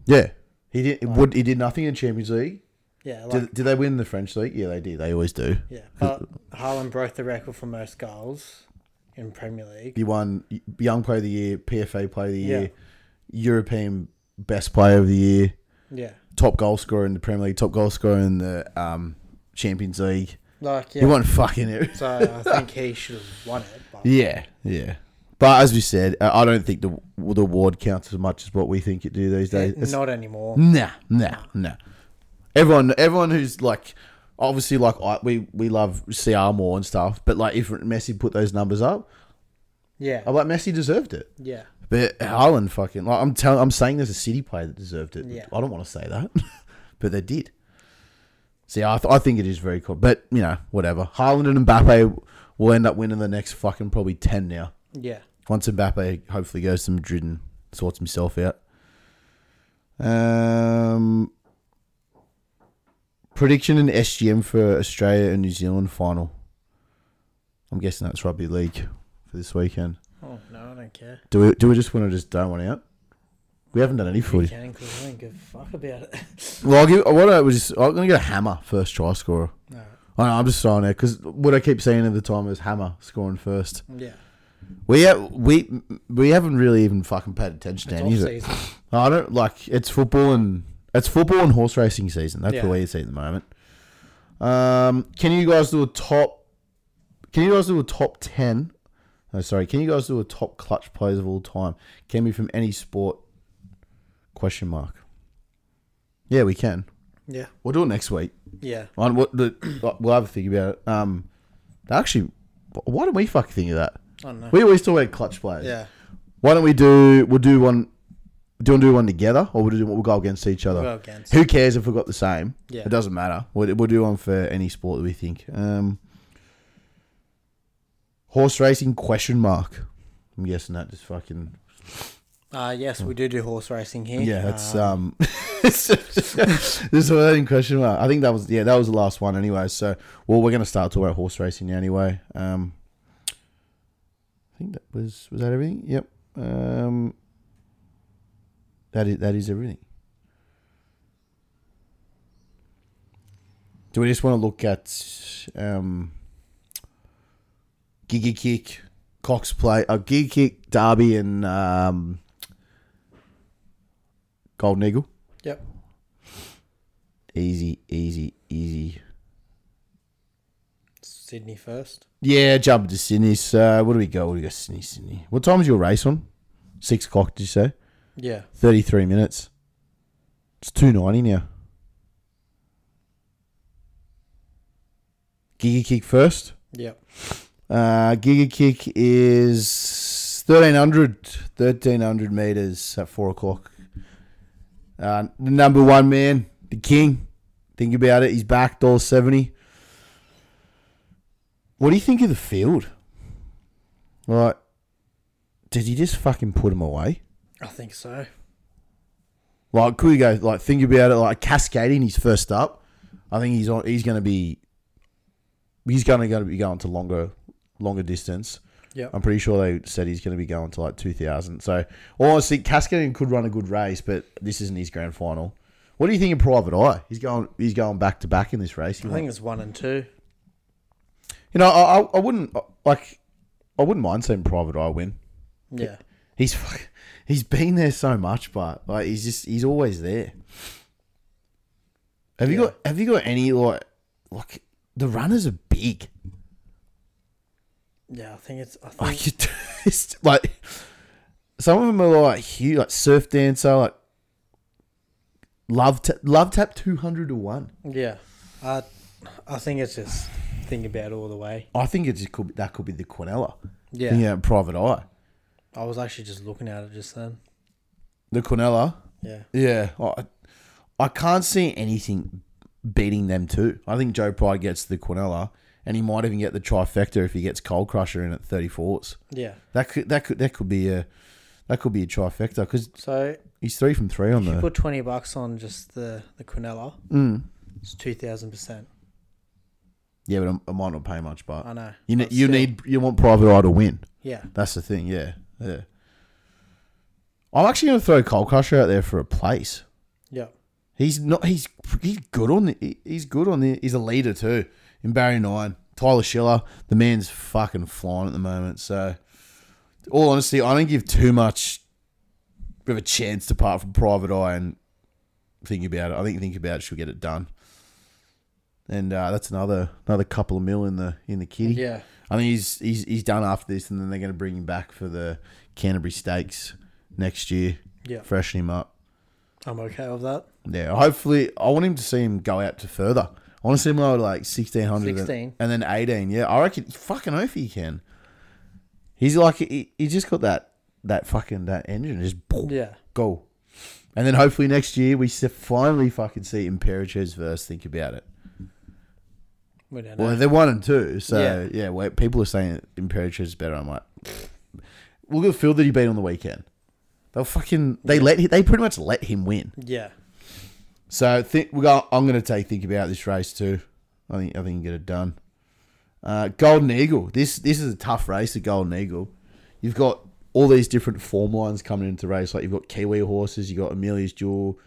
[SPEAKER 1] Yeah. He did would he did nothing in Champions League.
[SPEAKER 2] Yeah. Like,
[SPEAKER 1] Did, did they win the French league? Yeah, they did. They always do.
[SPEAKER 2] yeah. But Haaland broke the record for most goals in Premier League.
[SPEAKER 1] He won Young Player of the Year, PFA Player of the
[SPEAKER 2] Yeah.
[SPEAKER 1] Year, European Best Player of the Year,
[SPEAKER 2] Yeah.
[SPEAKER 1] top goal scorer in the Premier League, top goal scorer in the um, Champions League.
[SPEAKER 2] Like
[SPEAKER 1] He
[SPEAKER 2] yeah.
[SPEAKER 1] won fucking it.
[SPEAKER 2] So I think he should have won it. But
[SPEAKER 1] Yeah, yeah. But as we said, I I don't think the the award counts as much as what we think it do these days. It's-
[SPEAKER 2] not anymore.
[SPEAKER 1] Nah, nah, nah. Everyone, everyone who's like, obviously, like I, we we love CR more and stuff. But like, if Messi put those numbers up,
[SPEAKER 2] Yeah.
[SPEAKER 1] I'm like Messi deserved it.
[SPEAKER 2] Yeah.
[SPEAKER 1] But Haaland fucking like I'm telling I'm saying there's a City player that deserved it.
[SPEAKER 2] Yeah.
[SPEAKER 1] I don't want to say that, but they did. See, I, th- I think it is very cool, but you know, whatever. Haaland and Mbappe will end up winning the next fucking probably ten now.
[SPEAKER 2] Yeah.
[SPEAKER 1] Once Mbappe hopefully goes to Madrid and sorts himself out. Um, prediction and SGM for Australia and New Zealand final. I'm guessing that's rugby league for this weekend.
[SPEAKER 2] Oh no, I don't care.
[SPEAKER 1] Do we do we just want to just don't want out? We haven't done any
[SPEAKER 2] You
[SPEAKER 1] footy.
[SPEAKER 2] can because I don't give a fuck about it.
[SPEAKER 1] Well, I'll give. What I was just, I'm gonna get a hammer first try scorer.
[SPEAKER 2] no.
[SPEAKER 1] I know, I'm just throwing it because what I keep saying at the time is hammer scoring first.
[SPEAKER 2] Yeah.
[SPEAKER 1] We ha- we we haven't really even fucking paid attention to
[SPEAKER 2] It's
[SPEAKER 1] any
[SPEAKER 2] off
[SPEAKER 1] of it.
[SPEAKER 2] season.
[SPEAKER 1] I don't like it's football and it's football and horse racing season. That's
[SPEAKER 2] Yeah.
[SPEAKER 1] the way it's at the moment. Um, can you guys do a top? Can you guys do a top ten? No, sorry. Can you guys do a top clutch players of all time? Can be from any sport? Question mark. Yeah, we can.
[SPEAKER 2] Yeah.
[SPEAKER 1] We'll do it next week.
[SPEAKER 2] Yeah.
[SPEAKER 1] On what the, uh, we'll have a think about it. Um, actually, why don't we fucking think of that?
[SPEAKER 2] I don't know.
[SPEAKER 1] We always talk about clutch players.
[SPEAKER 2] yeah.
[SPEAKER 1] Why don't we do? We'll do one. Do you want to do one together, or we'll do we'll go against each other?
[SPEAKER 2] Well, against.
[SPEAKER 1] Who cares if we got the same?
[SPEAKER 2] Yeah.
[SPEAKER 1] It doesn't matter. We'll, we'll do one for any sport that we think. Um, horse racing question mark. I'm guessing that just fucking
[SPEAKER 2] Uh, yes, we do do horse racing here.
[SPEAKER 1] yeah. That's
[SPEAKER 2] Uh,
[SPEAKER 1] um. it's just- this is in question mark. I think that was yeah that was the last one anyway. So well we're gonna start talking about horse racing now anyway. Um, I think that was was that everything. Yep. Um, that is that is everything. Do we just want to look at um, Gigi Kick, Cox play, uh, Gigi Kick, Derby, and um, Golden Eagle?
[SPEAKER 2] Yep.
[SPEAKER 1] Easy, easy, easy.
[SPEAKER 2] Sydney first.
[SPEAKER 1] Yeah, jump to Sydney. So what do we go? What do we go? Sydney, Sydney. What time's your race on? Six o'clock, did you say?
[SPEAKER 2] Yeah.
[SPEAKER 1] Thirty-three minutes. It's two ninety now. Giga kick first.
[SPEAKER 2] Yep.
[SPEAKER 1] Uh, Giga Kick is 1300, 1300 meters at 4 o'clock. Uh, the number one man, the king. Think about it. He's back, dollar 70. What do you think of the field? Like, did he just fucking put him away?
[SPEAKER 2] I think so.
[SPEAKER 1] Like, could he go, like, think about it, like, cascading, he's first up. I think he's on, he's going to be, he's going to be going to longer, longer distance.
[SPEAKER 2] Yep.
[SPEAKER 1] I'm pretty sure they said he's going to be going to like 2,000. So, honestly, Cascading could run a good race, but this isn't his grand final. What do you think of Private Eye? He's going he's going back to back in this race. He
[SPEAKER 2] I
[SPEAKER 1] won-
[SPEAKER 2] think it's one and two.
[SPEAKER 1] you know, I, I, I wouldn't uh, like I wouldn't mind seeing Private Eye win.
[SPEAKER 2] Yeah.
[SPEAKER 1] He's fuck- he's been there so much, but like he's just he's always there. Have you got have you got any like like the runners are big.
[SPEAKER 2] Yeah, I think it's. I think
[SPEAKER 1] Like, you do- it's like some of them are like huge, like surf dancer, like love tap, love tap two hundred to one.
[SPEAKER 2] Yeah, I I think it's just think about all the way.
[SPEAKER 1] I think it just could be, that could be the Quinella.
[SPEAKER 2] Yeah,
[SPEAKER 1] Yeah, private eye.
[SPEAKER 2] I was actually just looking at it just then.
[SPEAKER 1] The Quinella.
[SPEAKER 2] Yeah,
[SPEAKER 1] Yeah, I, I can't see anything beating them too. I think Joe Pride gets the Quinella, and he might even get the trifecta if he gets Cold Crusher in at thirty fours.
[SPEAKER 2] yeah.
[SPEAKER 1] That could that could that could be a that could be a trifecta because
[SPEAKER 2] So
[SPEAKER 1] he's three from three on
[SPEAKER 2] if you
[SPEAKER 1] the.
[SPEAKER 2] put twenty bucks on just the the Quinella,
[SPEAKER 1] Mm.
[SPEAKER 2] it's two thousand percent.
[SPEAKER 1] Yeah, but I'm- I might not pay much, but
[SPEAKER 2] I know.
[SPEAKER 1] You ne-
[SPEAKER 2] but
[SPEAKER 1] you
[SPEAKER 2] still,
[SPEAKER 1] need you want private eye to win.
[SPEAKER 2] yeah.
[SPEAKER 1] That's the thing. Yeah, yeah. I'm actually going to throw Cole Crusher out there for a place.
[SPEAKER 2] Yeah,
[SPEAKER 1] He's not. He's he's good on the. he- He's good on the. He's a leader too in Barry Nine. Tyler Schiller, the man's fucking flying at the moment. So, all honesty, I don't give too much of a chance apart from Private Eye and think about it. I think think about it, she'll get it done. And uh, that's another another couple of mil in the in the kitty.
[SPEAKER 2] yeah,
[SPEAKER 1] I think he's he's he's done after this, and then they're going to bring him back for the Canterbury Stakes next year.
[SPEAKER 2] Yeah.
[SPEAKER 1] freshen him up.
[SPEAKER 2] I'm okay with that.
[SPEAKER 1] Yeah, hopefully, I want him to see him go out to further. I want to see him go to like sixteen hundred,
[SPEAKER 2] 16.
[SPEAKER 1] and then eighteen. Yeah, I reckon fucking hope he can. He's like he, he just got that that fucking that engine just
[SPEAKER 2] Yeah,
[SPEAKER 1] go, and then hopefully next year we se- finally fucking see Imperator's verse. Think about it.
[SPEAKER 2] we don't know.
[SPEAKER 1] Well, they're one and two, so
[SPEAKER 2] Yeah.
[SPEAKER 1] yeah. wait, people are saying Imperator is better. I'm like, look at the field that he beat on the weekend. They'll fucking they let hi- they pretty much let him win.
[SPEAKER 2] yeah,
[SPEAKER 1] So think we got. I'm going to take think about this race too. I think I think you get it done. Uh, Golden Eagle. This this is a tough race. The Golden Eagle. You've got all these different form lines coming into the race. Like you've got Kiwi horses. You've got Amelia's Jewel.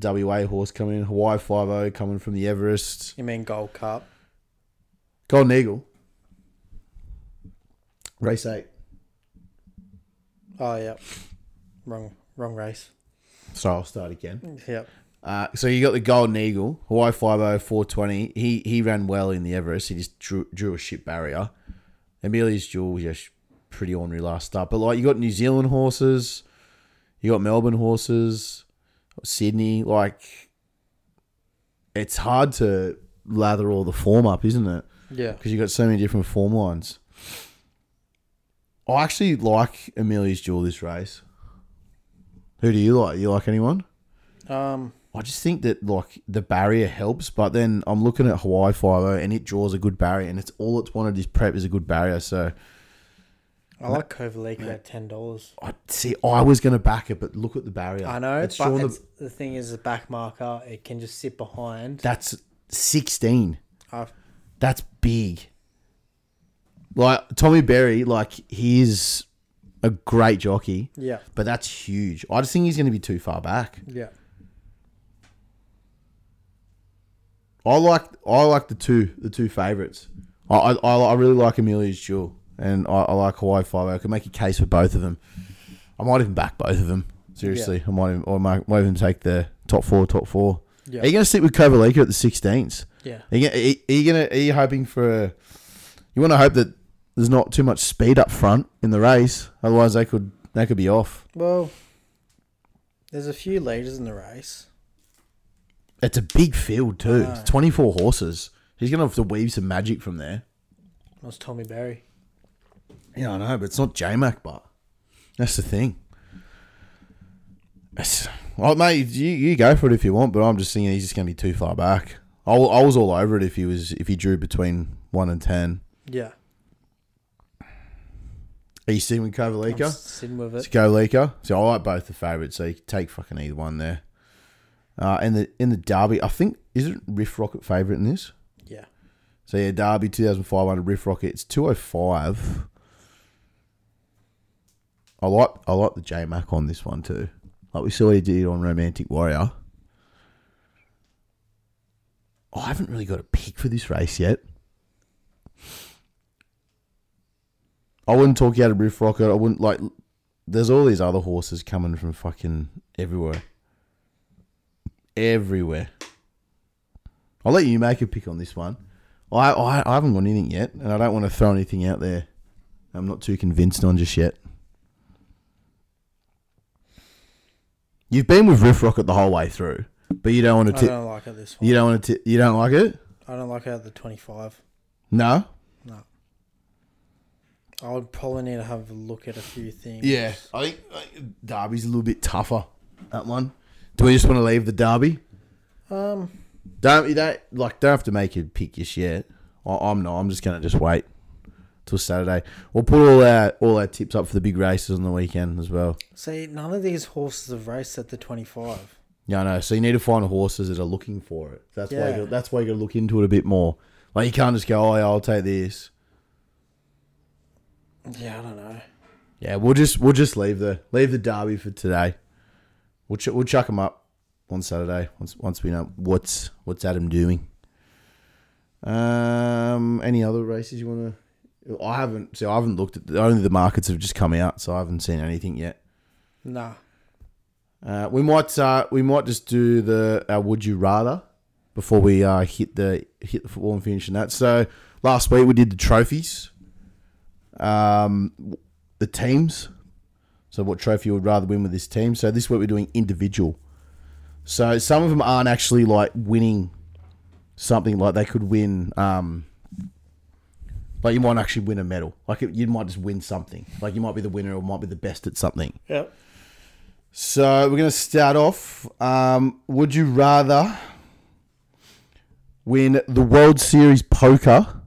[SPEAKER 1] WA horse coming in. Hawaii Five O coming from the Everest.
[SPEAKER 2] you mean Gold Cup?
[SPEAKER 1] Golden Eagle. Race eight.
[SPEAKER 2] Oh yeah, wrong wrong race.
[SPEAKER 1] So I'll start again.
[SPEAKER 2] Yep.
[SPEAKER 1] Uh, so you got the Golden Eagle, Hawaii 50, 420. He he ran well in the Everest. He just drew, drew a shit barrier. Amelia's Jewel was just pretty ordinary last start. But like you got New Zealand horses, you got Melbourne horses, Sydney. Like it's hard to lather all the form up, isn't it?
[SPEAKER 2] Yeah.
[SPEAKER 1] because you've got so many different form lines. I actually like Amelia's Jewel this race. Who do you like? You like anyone?
[SPEAKER 2] Um.
[SPEAKER 1] I just think that like the barrier helps, but then I'm looking at Hawaii Five O and it draws a good barrier, and it's all it's wanted is prep is a good barrier. So
[SPEAKER 2] I like Kovalika at ten dollars.
[SPEAKER 1] I see. I was going to back it, but look at the barrier.
[SPEAKER 2] I know,
[SPEAKER 1] it's
[SPEAKER 2] but
[SPEAKER 1] drawn
[SPEAKER 2] it's,
[SPEAKER 1] the,
[SPEAKER 2] the thing is, the back marker it can just sit behind. Uh,
[SPEAKER 1] that's sixteen.
[SPEAKER 2] I've-
[SPEAKER 1] That's big. Like Tommy Berry, like he is a great jockey.
[SPEAKER 2] yeah,
[SPEAKER 1] But that's huge. I just think he's going to be too far back.
[SPEAKER 2] yeah,
[SPEAKER 1] I like I like the two the two favorites. I I, I I really like Amelia's Jewel and I, I like Hawaii Five. I could make a case for both of them. I might even back both of them. Seriously, I might even, or I might, might even take the top four, top four.
[SPEAKER 2] Yeah.
[SPEAKER 1] Are you going to stick with Kovalika at the 16s?
[SPEAKER 2] Yeah.
[SPEAKER 1] Are you, gonna- are you gonna? Are you hoping for? A, you want to hope that there's not too much speed up front in the race, otherwise they could they could be off.
[SPEAKER 2] Well, there's a few leaders in the race.
[SPEAKER 1] It's a big field too.
[SPEAKER 2] I know.
[SPEAKER 1] It's 24 horses. He's gonna have to weave some magic from there.
[SPEAKER 2] That was Tommy Barry.
[SPEAKER 1] Yeah, I know, but it's not JMac, but that's the thing. It's, well, mate, you, you go for it if you want, but I'm just thinking he's just gonna be too far back. I, wa- I was all over it if he was if he drew between one and ten.
[SPEAKER 2] Yeah.
[SPEAKER 1] Are you sitting with
[SPEAKER 2] I'm
[SPEAKER 1] Kovalika?
[SPEAKER 2] sitting with
[SPEAKER 1] Let's
[SPEAKER 2] it.
[SPEAKER 1] go Leica. So I like both the favourites. So you can take fucking either one there. Uh, and the in the Derby, I think isn't Riff Rocket favourite in this?
[SPEAKER 2] Yeah.
[SPEAKER 1] So yeah, Derby two thousand five hundred Riff Rocket. It's two oh five. I like I like the J Mac on this one too. Like we saw he did on Romantic Warrior. I haven't really got a pick for this race yet. I wouldn't talk you out of Riff Rocket. I wouldn't like. There's all these other horses coming from fucking everywhere. Everywhere. I'll let you make a pick on this one. I, I, I haven't got anything yet, and I don't want to throw anything out there. I'm not too convinced on just yet. You've been with Riff Rocket the whole way through, but you don't want
[SPEAKER 2] I
[SPEAKER 1] to.
[SPEAKER 2] don't like it this one.
[SPEAKER 1] You don't want to. You don't like it?
[SPEAKER 2] I don't like it at the 25.
[SPEAKER 1] No.
[SPEAKER 2] No. I would probably need to have a look at a few things.
[SPEAKER 1] Yeah, I think I think Derby's a little bit tougher. That one. Do we just want to leave the Derby?
[SPEAKER 2] Um,
[SPEAKER 1] Don't you don't like don't have to make a pick just yet. I, I'm not. I'm just gonna just wait till Saturday. We'll put all our all our tips up for the big races on the weekend as well.
[SPEAKER 2] see, none of these horses have raced at the 25.
[SPEAKER 1] Yeah, I know. So you need to find horses that are looking for it. That's why. You
[SPEAKER 2] Yeah.
[SPEAKER 1] gotta, that's why you got to look into it a bit more. Like you can't just go, oh, yeah, I'll take this.
[SPEAKER 2] Yeah, I don't know.
[SPEAKER 1] Yeah, we'll just we'll just leave the leave the derby for today. We'll ch- we'll chuck them up on Saturday once once we know what's what's Adam doing. Um, any other races you want to? I haven't. So I haven't looked at only the markets have just come out, so I haven't seen anything yet.
[SPEAKER 2] Nah.
[SPEAKER 1] Uh, we might uh, we might just do the uh, would you rather before we uh, hit the hit the football and finish and that. So last week we did the trophies, um, w- the teams. So what trophy you would rather win with this team? So this week we're doing individual. So some of them aren't actually like winning something like they could win. Um, like you might actually win a medal. Like you might just win something. Like you might be the winner or might be the best at something.
[SPEAKER 2] Yep.
[SPEAKER 1] So we're going to start off. Um, would you rather win the World Series poker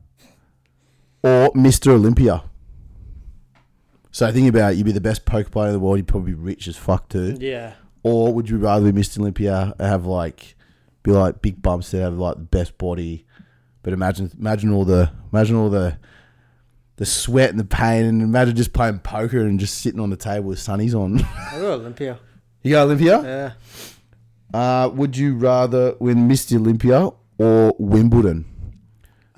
[SPEAKER 1] or Mr. Olympia? So think about it. You'd be the best poker player in the world. You'd probably be rich as fuck too.
[SPEAKER 2] Yeah.
[SPEAKER 1] Or would you rather be Mr. Olympia and have like be like big bumps that have like the best body? But imagine imagine all the imagine all the the sweat and the pain and imagine just playing poker and just sitting on the table with sunnies on.
[SPEAKER 2] I got Olympia.
[SPEAKER 1] you got Olympia?
[SPEAKER 2] Yeah.
[SPEAKER 1] Uh, would you rather win Mr. Olympia or Wimbledon?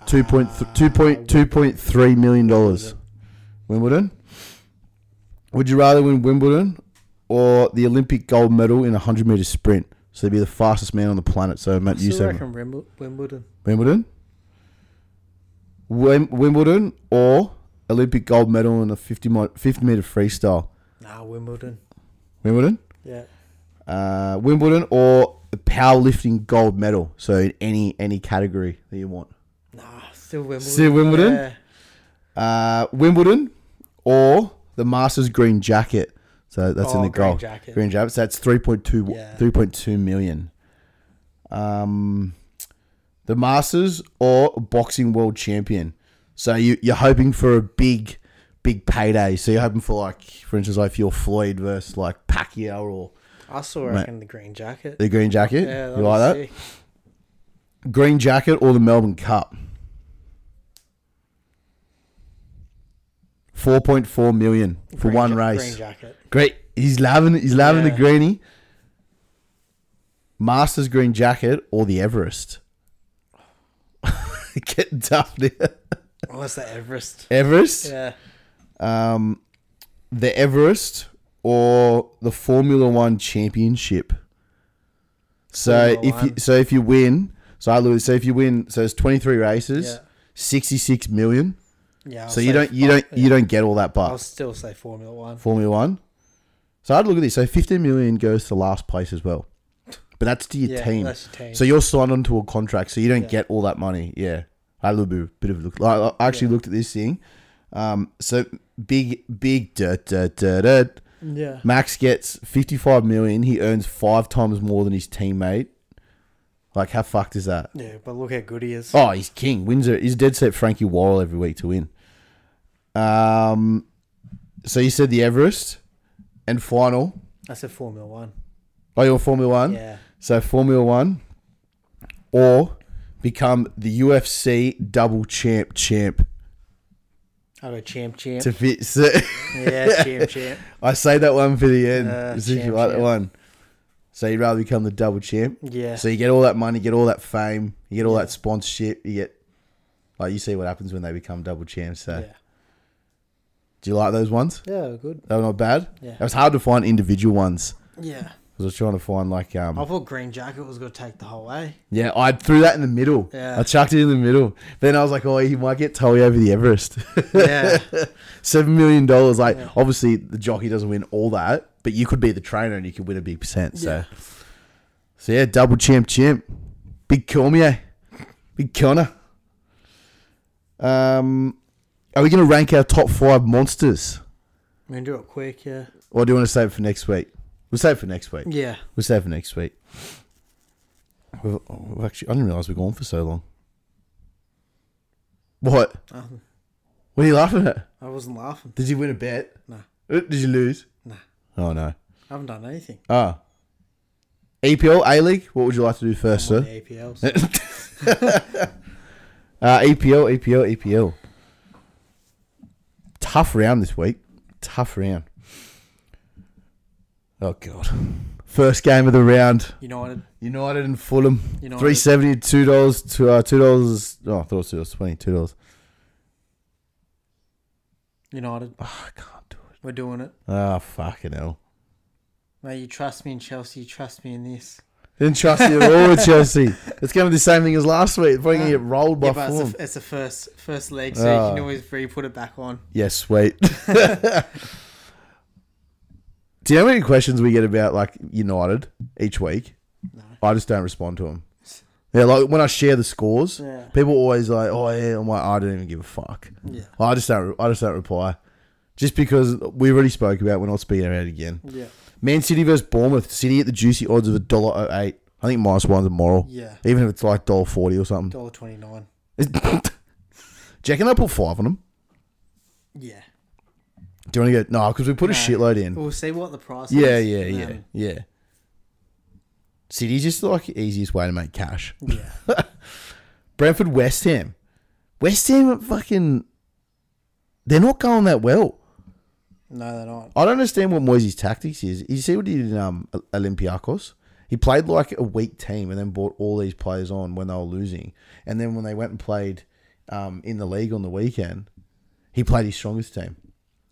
[SPEAKER 1] Two point th- two point two point three million dollars. Wimbledon. Would you rather win Wimbledon or the Olympic gold medal in a hundred meter sprint? So be the fastest man on the planet. So Matt, you
[SPEAKER 2] Still
[SPEAKER 1] say
[SPEAKER 2] reckon Wimble- Wimbledon.
[SPEAKER 1] Wimbledon. Wim- Wimbledon or Olympic gold medal in a 50, mi- 50 meter freestyle.
[SPEAKER 2] Nah, Wimbledon.
[SPEAKER 1] Wimbledon.
[SPEAKER 2] Yeah.
[SPEAKER 1] uh, Wimbledon or a powerlifting gold medal. So in any any category that you want.
[SPEAKER 2] Nah, still Wimbledon.
[SPEAKER 1] Still Wimbledon?
[SPEAKER 2] Yeah.
[SPEAKER 1] Uh, Wimbledon or the Masters green jacket. So that's in
[SPEAKER 2] Oh,
[SPEAKER 1] the
[SPEAKER 2] green
[SPEAKER 1] gold
[SPEAKER 2] jacket.
[SPEAKER 1] green jacket. So that's 3.2,
[SPEAKER 2] Yeah.
[SPEAKER 1] 3.2 million. Um, the Masters or boxing world champion. So you you're hoping for a big big payday. So you're hoping for like for instance like if you're Floyd versus like Pacquiao or
[SPEAKER 2] I still reckon the green jacket.
[SPEAKER 1] the green jacket.
[SPEAKER 2] Yeah,
[SPEAKER 1] you like that?
[SPEAKER 2] sick.
[SPEAKER 1] Green Jacket or the Melbourne Cup? 4.4 million for
[SPEAKER 2] Green
[SPEAKER 1] one
[SPEAKER 2] ja-
[SPEAKER 1] race.
[SPEAKER 2] Green jacket.
[SPEAKER 1] Great. He's loving he's loving the
[SPEAKER 2] Yeah.
[SPEAKER 1] greenie. Masters Green Jacket or the Everest? Getting tough now.
[SPEAKER 2] Unless the Everest.
[SPEAKER 1] Everest?
[SPEAKER 2] Yeah.
[SPEAKER 1] Um, the Everest or the Formula One Championship? So
[SPEAKER 2] Formula
[SPEAKER 1] if you
[SPEAKER 2] One.
[SPEAKER 1] so if you win, so I lose. So if you win, so it's twenty three races,
[SPEAKER 2] Yeah.
[SPEAKER 1] sixty six million.
[SPEAKER 2] Yeah. I'll
[SPEAKER 1] So you
[SPEAKER 2] say
[SPEAKER 1] don't you
[SPEAKER 2] fi-
[SPEAKER 1] don't you
[SPEAKER 2] yeah.
[SPEAKER 1] don't get all that
[SPEAKER 2] I'll
[SPEAKER 1] bucks.
[SPEAKER 2] still say Formula One.
[SPEAKER 1] Formula One. So I'd look at this. So fifteen million goes to last place as well, but that's to your
[SPEAKER 2] Yeah,
[SPEAKER 1] team.
[SPEAKER 2] that's your team.
[SPEAKER 1] So you're signed onto a contract, so you don't
[SPEAKER 2] Yeah.
[SPEAKER 1] get all that money. Yeah, I had a little bit, bit of a look. I I actually looked at this thing. Um, so big, big dirt, dirt, dirt, dirt.
[SPEAKER 2] Yeah.
[SPEAKER 1] Max gets 55 million. He earns five times more than his teammate. Like, how fucked is that?
[SPEAKER 2] Yeah, but look how good he is.
[SPEAKER 1] Oh, he's king. Wins it. He's dead set Frankie Worrell every week to win. Um, so you said the Everest and final.
[SPEAKER 2] I said Formula One.
[SPEAKER 1] Oh, you're Formula One.
[SPEAKER 2] Yeah.
[SPEAKER 1] So Formula One, or become the UFC double champ champ.
[SPEAKER 2] I go champ, champ.
[SPEAKER 1] To fit, so,
[SPEAKER 2] yeah, champ, champ.
[SPEAKER 1] I say that one for the end.
[SPEAKER 2] Uh,
[SPEAKER 1] Since you
[SPEAKER 2] champ,
[SPEAKER 1] like that
[SPEAKER 2] champ.
[SPEAKER 1] one, so you'd rather become the double champ.
[SPEAKER 2] Yeah.
[SPEAKER 1] So you get all that money, you get all that fame, you get all that sponsorship, you get like you see what happens when they become double champs. So
[SPEAKER 2] yeah.
[SPEAKER 1] do you like those ones?
[SPEAKER 2] Yeah, good.
[SPEAKER 1] They were not bad.
[SPEAKER 2] Yeah.
[SPEAKER 1] It was hard to find individual ones.
[SPEAKER 2] Yeah.
[SPEAKER 1] 'cause I was trying to find like um
[SPEAKER 2] I thought Green Jacket was going to take the whole way.
[SPEAKER 1] yeah I threw that in the middle.
[SPEAKER 2] Yeah.
[SPEAKER 1] I chucked it in the middle. Then I was like, oh, he might get towed over the Everest.
[SPEAKER 2] Yeah.
[SPEAKER 1] Seven million dollars. Like
[SPEAKER 2] Yeah.
[SPEAKER 1] obviously the jockey doesn't win all that, but you could be the trainer and you could win a big percent. So so yeah, double champ champ. Big Cormier. Big Connor. Um are we gonna rank our top five monsters?
[SPEAKER 2] I'm going to do it quick, yeah.
[SPEAKER 1] Or do you wanna save it for next week? We'll save it for next week.
[SPEAKER 2] Yeah.
[SPEAKER 1] We'll save it for next week. We've, we've actually I didn't realise we're gone for so long. What?
[SPEAKER 2] Um,
[SPEAKER 1] What are you laughing at?
[SPEAKER 2] I wasn't laughing.
[SPEAKER 1] Did you win a bet?
[SPEAKER 2] No.
[SPEAKER 1] Uh, Did you lose?
[SPEAKER 2] No.
[SPEAKER 1] Oh no.
[SPEAKER 2] I haven't done anything.
[SPEAKER 1] Ah. E EPL, A League. What would you like to do first,
[SPEAKER 2] I'm on
[SPEAKER 1] sir?
[SPEAKER 2] the APLs.
[SPEAKER 1] Uh, EPL, EPL, EPL. Tough round this week. Tough round. Oh god. First game of the round.
[SPEAKER 2] You know what?
[SPEAKER 1] United and Fulham.
[SPEAKER 2] United.
[SPEAKER 1] Three seventy two dollars to uh, two dollars. Oh, I thought it was two dollars twenty two dollars.
[SPEAKER 2] United.
[SPEAKER 1] Oh, I can't do it.
[SPEAKER 2] We're doing it.
[SPEAKER 1] Ah, fucking hell.
[SPEAKER 2] Mate, you trust me in Chelsea. You trust me in this.
[SPEAKER 1] Didn't trust you at all with Chelsea. It's going to be the same thing as last week. Probably going to get rolled by
[SPEAKER 2] Yeah,
[SPEAKER 1] Fulham.
[SPEAKER 2] but it's a, it's a first first leg, so you
[SPEAKER 1] Ah.
[SPEAKER 2] can always re put it back on.
[SPEAKER 1] Yes, sweet. Do you know how many questions we get about like United each week?
[SPEAKER 2] No.
[SPEAKER 1] I just don't respond to them. Yeah, like when I share the scores,
[SPEAKER 2] Yeah.
[SPEAKER 1] people always like, "Oh yeah," I'm like, "I don't even give a fuck."
[SPEAKER 2] Yeah.
[SPEAKER 1] I just don't. I just don't reply, just because we already spoke about. it, We're not speaking about it again.
[SPEAKER 2] Yeah.
[SPEAKER 1] Man City versus Bournemouth. City at the juicy odds of a dollar oh eight. I think minus one's a moral,
[SPEAKER 2] Yeah.
[SPEAKER 1] even if it's like dollar forty or something.
[SPEAKER 2] Dollar twenty nine.
[SPEAKER 1] Jack and I put five on them.
[SPEAKER 2] Yeah.
[SPEAKER 1] Do you want to go? No, because we put a
[SPEAKER 2] No.
[SPEAKER 1] shitload in.
[SPEAKER 2] We'll see what the price
[SPEAKER 1] Mm. Yeah,
[SPEAKER 2] is.
[SPEAKER 1] yeah, yeah,
[SPEAKER 2] Um,
[SPEAKER 1] yeah. City's just like the easiest way to make cash.
[SPEAKER 2] Yeah.
[SPEAKER 1] Brentford, West Ham, West Ham, are fucking, they're not going that well.
[SPEAKER 2] No, they're not.
[SPEAKER 1] I don't understand what Moyes' tactics is. You see what he did in um, Olympiacos? He played like a weak team and then brought all these players on when they were losing. And then when they went and played um, in the league on the weekend, he played his strongest team.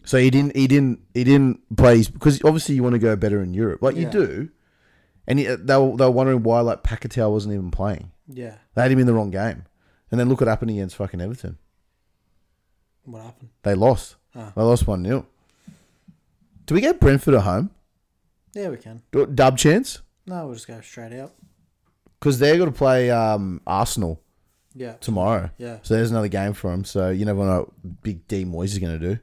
[SPEAKER 1] So he didn't. He didn't. He didn't play his, because obviously you want to go better in Europe, like you
[SPEAKER 2] Yeah.
[SPEAKER 1] do. And he, uh, they were, they were wondering why like Pacquiao wasn't even playing.
[SPEAKER 2] Yeah.
[SPEAKER 1] They had him in the wrong game. And then look what happened against fucking Everton.
[SPEAKER 2] What happened?
[SPEAKER 1] They lost.
[SPEAKER 2] Ah.
[SPEAKER 1] They lost one 0 Do we get Brentford at home?
[SPEAKER 2] Yeah, we can.
[SPEAKER 1] Do- Dub chance
[SPEAKER 2] No, we'll just go straight out.
[SPEAKER 1] because they're going to play um, Arsenal
[SPEAKER 2] Yeah.
[SPEAKER 1] tomorrow.
[SPEAKER 2] Yeah.
[SPEAKER 1] So there's another game for them. So you never know what Big D Moyes is going to do.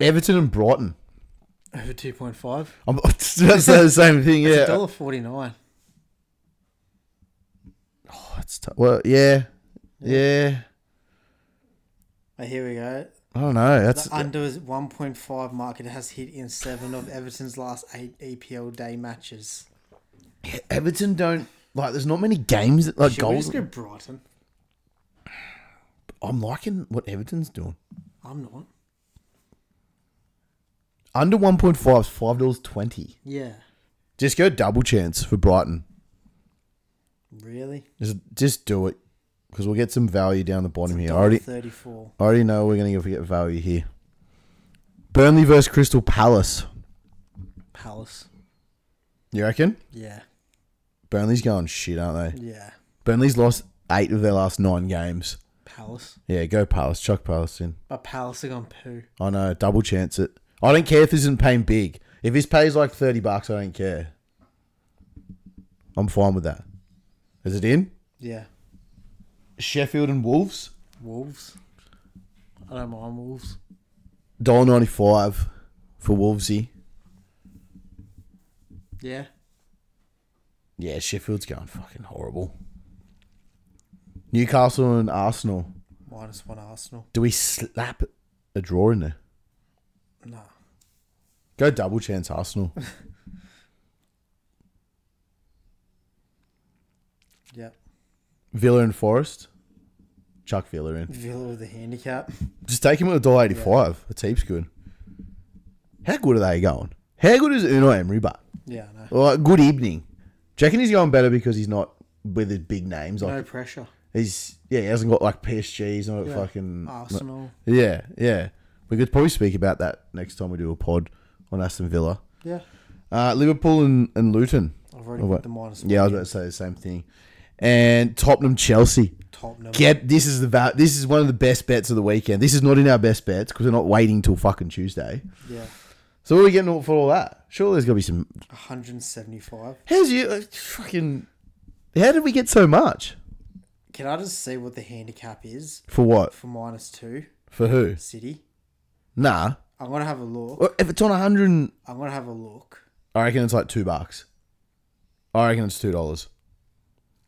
[SPEAKER 1] Everton and Brighton.
[SPEAKER 2] Over two point five.
[SPEAKER 1] I'm, that's the same thing.
[SPEAKER 2] It's a
[SPEAKER 1] Yeah.
[SPEAKER 2] dollar forty nine.
[SPEAKER 1] Oh, it's tou- well, yeah, yeah.
[SPEAKER 2] Here we go.
[SPEAKER 1] I don't know. That's
[SPEAKER 2] The under is 1.5 market has hit in seven of Everton's last eight EPL day matches.
[SPEAKER 1] Everton don't like. There's not many games that, like
[SPEAKER 2] Should we
[SPEAKER 1] goals.
[SPEAKER 2] just go Brighton?
[SPEAKER 1] I'm liking what Everton's doing.
[SPEAKER 2] I'm not.
[SPEAKER 1] Under 1.5 is five dollars twenty.
[SPEAKER 2] Yeah.
[SPEAKER 1] Just go double chance for Brighton.
[SPEAKER 2] Really?
[SPEAKER 1] Just just do it because we'll get some value down the bottom here. I already
[SPEAKER 2] 34.
[SPEAKER 1] I already know we're going to get value here. Burnley versus Crystal Palace.
[SPEAKER 2] Palace.
[SPEAKER 1] You reckon?
[SPEAKER 2] Yeah.
[SPEAKER 1] Burnley's going shit, aren't they?
[SPEAKER 2] Yeah.
[SPEAKER 1] Burnley's lost eight of their last nine games.
[SPEAKER 2] Palace.
[SPEAKER 1] Yeah, go Palace. Chuck Palace in.
[SPEAKER 2] But Palace are gone poo.
[SPEAKER 1] I know. Double chance it. I don't care if this isn't paying big. If this pays like thirty bucks, I don't care. I'm fine with that. Is it in?
[SPEAKER 2] Yeah.
[SPEAKER 1] Sheffield and Wolves.
[SPEAKER 2] Wolves. I don't mind Wolves.
[SPEAKER 1] Dollar ninety five for Wolvesy.
[SPEAKER 2] Yeah.
[SPEAKER 1] Yeah, Sheffield's going fucking horrible. Newcastle and Arsenal.
[SPEAKER 2] Minus one Arsenal.
[SPEAKER 1] Do we slap a draw in there?
[SPEAKER 2] No.
[SPEAKER 1] Go double chance Arsenal.
[SPEAKER 2] Yep.
[SPEAKER 1] Villa and Forest. Chuck Villa in.
[SPEAKER 2] Villa with the handicap.
[SPEAKER 1] Just take him at a dollar eighty five. The team's good. How good are they going? How good is Uno Emery? But
[SPEAKER 2] Yeah, I know.
[SPEAKER 1] like, good evening. Do you reckon he's going better because he's not with his big names. Like
[SPEAKER 2] No pressure.
[SPEAKER 1] he's yeah, he hasn't got like PSG. He's not at
[SPEAKER 2] Yeah. Uh.
[SPEAKER 1] fucking
[SPEAKER 2] Arsenal.
[SPEAKER 1] Yeah, yeah. We could probably speak about that next time we do a pod on Aston Villa.
[SPEAKER 2] Yeah.
[SPEAKER 1] Uh, Liverpool and, and Luton.
[SPEAKER 2] I've already
[SPEAKER 1] Oh,
[SPEAKER 2] put
[SPEAKER 1] what?
[SPEAKER 2] the minus one.
[SPEAKER 1] Yeah, I was about to say the same thing. And Tottenham Chelsea.
[SPEAKER 2] Tottenham.
[SPEAKER 1] Get this is the va- this is one of the best bets of the weekend. This is not in our best bets because we're not waiting till fucking Tuesday.
[SPEAKER 2] Yeah.
[SPEAKER 1] So what are we getting all- for all that? Sure, there's got to be some.
[SPEAKER 2] 175.
[SPEAKER 1] How's you uh, fucking? How did we get so much?
[SPEAKER 2] Can I just see what the handicap is
[SPEAKER 1] For what?
[SPEAKER 2] for minus two?
[SPEAKER 1] For who?
[SPEAKER 2] City.
[SPEAKER 1] Nah.
[SPEAKER 2] I'm going to have a look.
[SPEAKER 1] Well, If it's on hundred, and-
[SPEAKER 2] I'm going to have a look.
[SPEAKER 1] I reckon it's like two bucks. I reckon it's two dollars.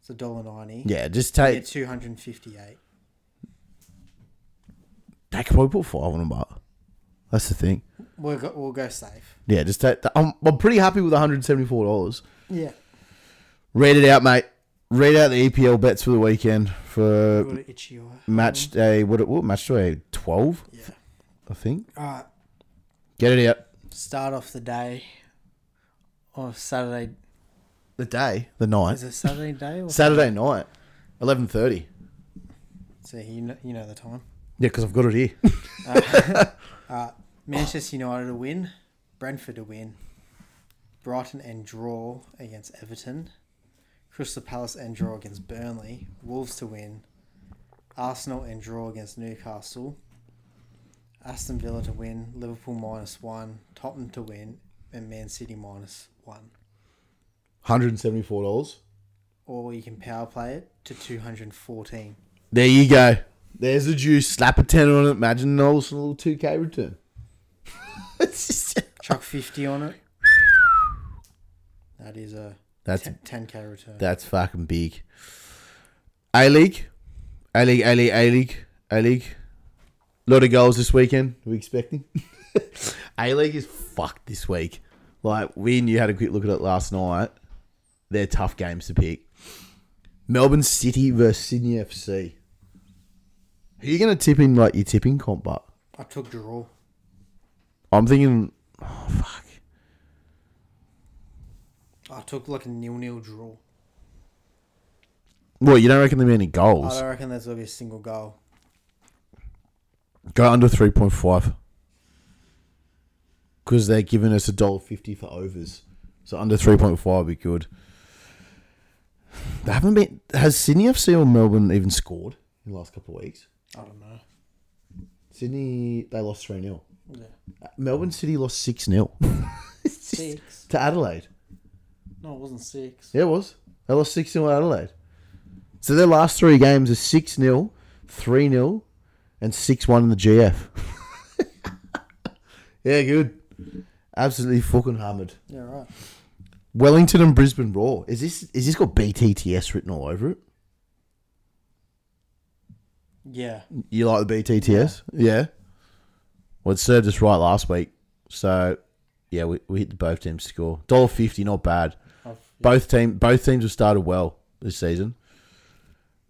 [SPEAKER 2] It's a dollar ninety.
[SPEAKER 1] Yeah, just
[SPEAKER 2] Yeah,
[SPEAKER 1] take.
[SPEAKER 2] two hundred and fifty-eight.
[SPEAKER 1] They could probably put five on them, but that's the thing.
[SPEAKER 2] We'll go, we'll go safe.
[SPEAKER 1] Yeah, just take. I'm, I'm pretty happy with one hundred seventy four dollars.
[SPEAKER 2] Yeah.
[SPEAKER 1] Read it out, mate. Read out the EPL bets for the weekend for
[SPEAKER 2] Got an itchy eye.
[SPEAKER 1] match day. What? What match day? Twelve,
[SPEAKER 2] Yeah.
[SPEAKER 1] I think.
[SPEAKER 2] All right.
[SPEAKER 1] Get it out.
[SPEAKER 2] Start off the day on Saturday.
[SPEAKER 1] The day, the night,
[SPEAKER 2] Is it Saturday day or
[SPEAKER 1] Saturday night, eleven thirty.
[SPEAKER 2] so? You know, you know the time.
[SPEAKER 1] Yeah, because I've got it here.
[SPEAKER 2] Manchester United to win, Brentford to win, Brighton and draw against Everton, Crystal Palace and draw against Burnley, Wolves to win, Arsenal and draw against Newcastle, Aston Villa to win, Liverpool minus one, Tottenham to win, and Man City minus one.
[SPEAKER 1] Hundred and seventy four dollars.
[SPEAKER 2] Or you can power play it to 214.
[SPEAKER 1] There you go. There's the juice. Slap a ten on it. Imagine an Olsen little two k return. it's just,
[SPEAKER 2] Chuck 50 on it. That is a
[SPEAKER 1] that's
[SPEAKER 2] 10, k return.
[SPEAKER 1] That's fucking big. A League, A League, A League, A League, A League. Lot of goals this weekend. Are we expecting? A League is fucked this week. Like we knew had a quick look at it last night. They're tough games to pick. Melbourne City versus Sydney FC. Who are you gonna tip in like your tipping comp? But
[SPEAKER 2] I took draw.
[SPEAKER 1] I'm thinking, oh fuck.
[SPEAKER 2] I took like a nil nil draw.
[SPEAKER 1] Well, you don't reckon there'll be any
[SPEAKER 2] I
[SPEAKER 1] goals?
[SPEAKER 2] don't reckon there's gonna be a single goal.
[SPEAKER 1] Go under three point five. Because they're giving us a dollar fifty for overs, so under three point five would be good. They haven't been. Has Sydney FC or Melbourne even scored in the last couple of weeks?
[SPEAKER 2] I don't know.
[SPEAKER 1] Sydney they lost three 0
[SPEAKER 2] Yeah.
[SPEAKER 1] Melbourne City lost six 0
[SPEAKER 2] Six.
[SPEAKER 1] to Adelaide.
[SPEAKER 2] No, it wasn't six.
[SPEAKER 1] Yeah, it was. They lost six 0 Adelaide. So their last three games are six 0 3 0 and six one in the GF. yeah, good. Absolutely fucking hammered.
[SPEAKER 2] Yeah, right.
[SPEAKER 1] Wellington and Brisbane Raw. Is this is this got BTTS written all over it?
[SPEAKER 2] Yeah.
[SPEAKER 1] You like the BTTS? Yeah. Well, it served us right last week. So, yeah, we, we hit the both teams score. Dollar fifty, not bad.
[SPEAKER 2] I've,
[SPEAKER 1] Both team both teams have started well this season.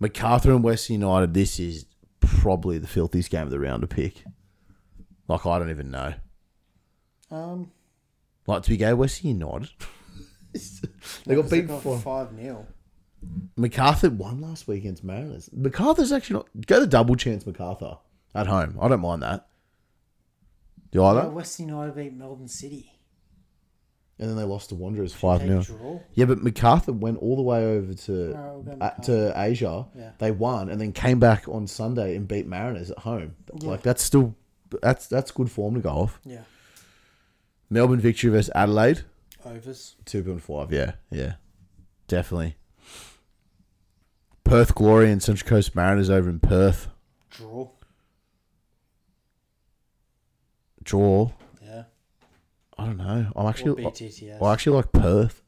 [SPEAKER 1] Macarthur and West United. This is probably the filthiest game of the round to pick. Like I don't even know.
[SPEAKER 2] um,
[SPEAKER 1] Like to be gay, West United. they got beat before.
[SPEAKER 2] five 0
[SPEAKER 1] MacArthur won last weekend's Mariners. MacArthur's actually not go the double chance MacArthur at home. I don't mind that. Do you like
[SPEAKER 2] West United beat Melbourne City.
[SPEAKER 1] that? and then they lost to Wanderers five 0 Yeah, but Macarthur went all the way over to
[SPEAKER 2] Alright, we'll go
[SPEAKER 1] uh, to Asia.
[SPEAKER 2] Oh, Yeah.
[SPEAKER 1] They won and then came back on Sunday and beat Mariners at home.
[SPEAKER 2] Yeah.
[SPEAKER 1] Like that's still that's that's good form to go off.
[SPEAKER 2] Yeah.
[SPEAKER 1] Melbourne victory versus Adelaide,
[SPEAKER 2] Overs.
[SPEAKER 1] two point five. Yeah, yeah, definitely. Perth Glory and Central Coast Mariners over in Perth.
[SPEAKER 2] Draw.
[SPEAKER 1] Draw.
[SPEAKER 2] Yeah.
[SPEAKER 1] I don't know. I'm
[SPEAKER 2] Or
[SPEAKER 1] actually
[SPEAKER 2] BTTS.
[SPEAKER 1] I actually like Perth.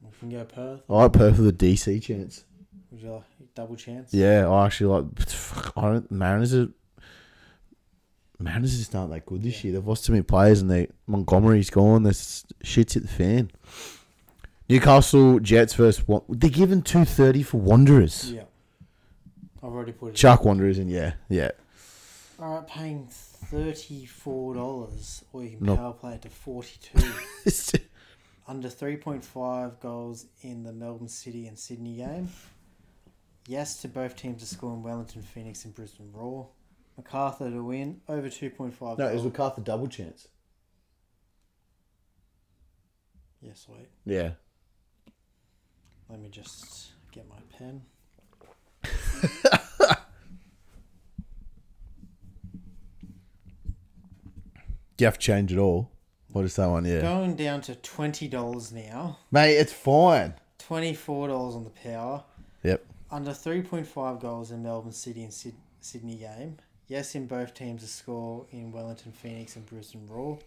[SPEAKER 2] we can go Perth.
[SPEAKER 1] I like Perth with a DC chance.
[SPEAKER 2] Would you like double chance?
[SPEAKER 1] Yeah, I actually like. Fuck, I don't. Mariners are. Mariners just aren't that good this
[SPEAKER 2] Yeah.
[SPEAKER 1] year. They've lost too many players, and they Montgomery's gone. This shit's at the fan. Newcastle Jets versus Wan- they're given two thirty for Wanderers.
[SPEAKER 2] Yeah. I've already put it.
[SPEAKER 1] Chuck Wanderers in yeah, yeah.
[SPEAKER 2] in. All right, paying thirty four dollars, or you can
[SPEAKER 1] No.
[SPEAKER 2] power play it to forty two. Under three point five goals in the Melbourne City and Sydney game. Yes to both teams to score in Wellington, Phoenix, and Brisbane Roar. Macarthur to win over two point five.
[SPEAKER 1] MacArthur double chance.
[SPEAKER 2] Yes, wait.
[SPEAKER 1] Yeah,
[SPEAKER 2] Let me just get my pen.
[SPEAKER 1] do you have to change it all? What is that one? Yeah,
[SPEAKER 2] Going down to twenty dollars now.
[SPEAKER 1] mate, it's fine.
[SPEAKER 2] Twenty four dollars on the power.
[SPEAKER 1] Yep.
[SPEAKER 2] Under 3.5 goals in Melbourne City and Syd- Sydney game. Yes, in both teams to score in Wellington Phoenix and Brisbane Roar.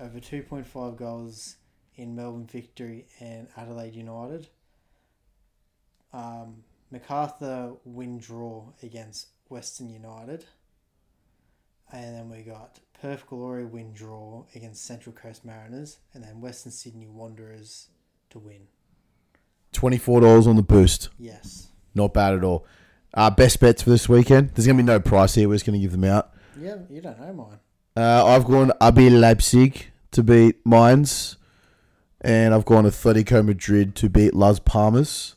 [SPEAKER 2] Over 2.5 goals in Melbourne Victory and Adelaide United. Um, MacArthur win draw against Western United. And then we got Perth Glory win draw against Central Coast Mariners. And then Western Sydney Wanderers to win.
[SPEAKER 1] Twenty four dollars on the boost.
[SPEAKER 2] Yes.
[SPEAKER 1] Not bad at all. Uh, best bets for this weekend. There's gonna be no price here. We're just gonna give them out.
[SPEAKER 2] Yeah, you don't know mine.
[SPEAKER 1] Uh, I've gone RB Leipzig to beat Mainz, and I've gone Atletico Madrid to beat Las Palmas.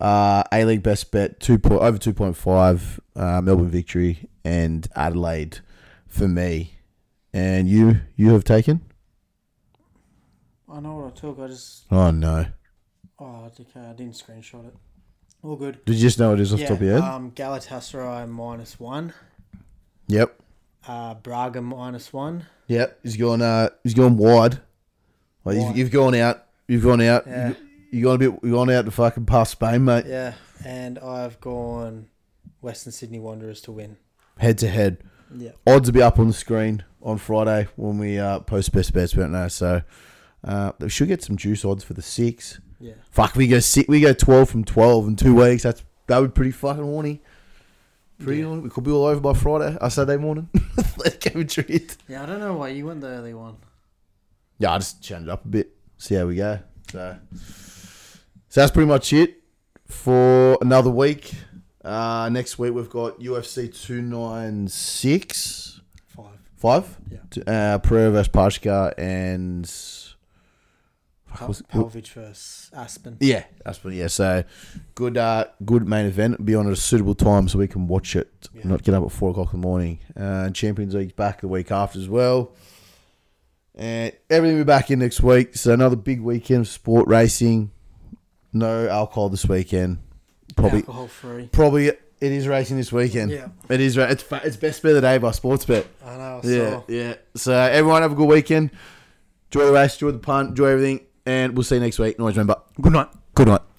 [SPEAKER 1] Uh, A League best bet two point over two point five. Uh, Melbourne victory and Adelaide for me. And you you have taken?
[SPEAKER 2] I know what I took. I just
[SPEAKER 1] Oh no!
[SPEAKER 2] oh it's okay. I didn't screenshot it. All good.
[SPEAKER 1] Did you just know it is off
[SPEAKER 2] yeah.
[SPEAKER 1] the top of your head?
[SPEAKER 2] Um, Galatasaray minus one.
[SPEAKER 1] yep.
[SPEAKER 2] Uh, Braga minus one.
[SPEAKER 1] Yep. He's going. Uh, he's going wide. Like
[SPEAKER 2] Wide.
[SPEAKER 1] You've, you've gone out. You've gone out.
[SPEAKER 2] Yeah.
[SPEAKER 1] You've, you've gone a bit. You've gone out to fucking past Spain, mate.
[SPEAKER 2] Yeah, and I've gone Western Sydney Wanderers to win.
[SPEAKER 1] Head to head.
[SPEAKER 2] Yeah.
[SPEAKER 1] odds will be up on the screen on Friday when we uh, post best bets right now. So uh, we should get some juice odds for the six.
[SPEAKER 2] Yeah.
[SPEAKER 1] Fuck, we go six, we go twelve from twelve in two weeks. That's that would be pretty fucking horny. Pretty
[SPEAKER 2] Yeah.
[SPEAKER 1] horny. We could be all over by Friday, uh, Saturday morning. Let go treat.
[SPEAKER 2] Yeah, I don't know why you went the early one.
[SPEAKER 1] Yeah, I just change it up a bit. See how we go. So, so that's pretty much it for another week. Uh, next week we've got UFC two nine six.
[SPEAKER 2] Five.
[SPEAKER 1] Five?
[SPEAKER 2] Yeah.
[SPEAKER 1] T- Uh, Pereira versus Pashka and.
[SPEAKER 2] Pal-
[SPEAKER 1] was-
[SPEAKER 2] Palvich versus Aspen.
[SPEAKER 1] Yeah, that's what, yeah. So good uh, good main event. Be on at a suitable time so we can watch it,
[SPEAKER 2] Yeah.
[SPEAKER 1] not get up at 4 o'clock in the morning. Uh, and Champions League's back the week after as well. And everything will be back in next week. So another big weekend of sport racing. No alcohol this weekend. Probably,
[SPEAKER 2] Alcohol free.
[SPEAKER 1] probably it is racing this weekend.
[SPEAKER 2] Yeah.
[SPEAKER 1] It is. ra- It's, fa- it's best bet of the day by Sportsbet.
[SPEAKER 2] I know. I
[SPEAKER 1] Yeah,
[SPEAKER 2] saw.
[SPEAKER 1] yeah. So everyone have a good weekend. Enjoy the race, enjoy the punt, enjoy everything, and we'll see you next week. And always remember, good night. Good night.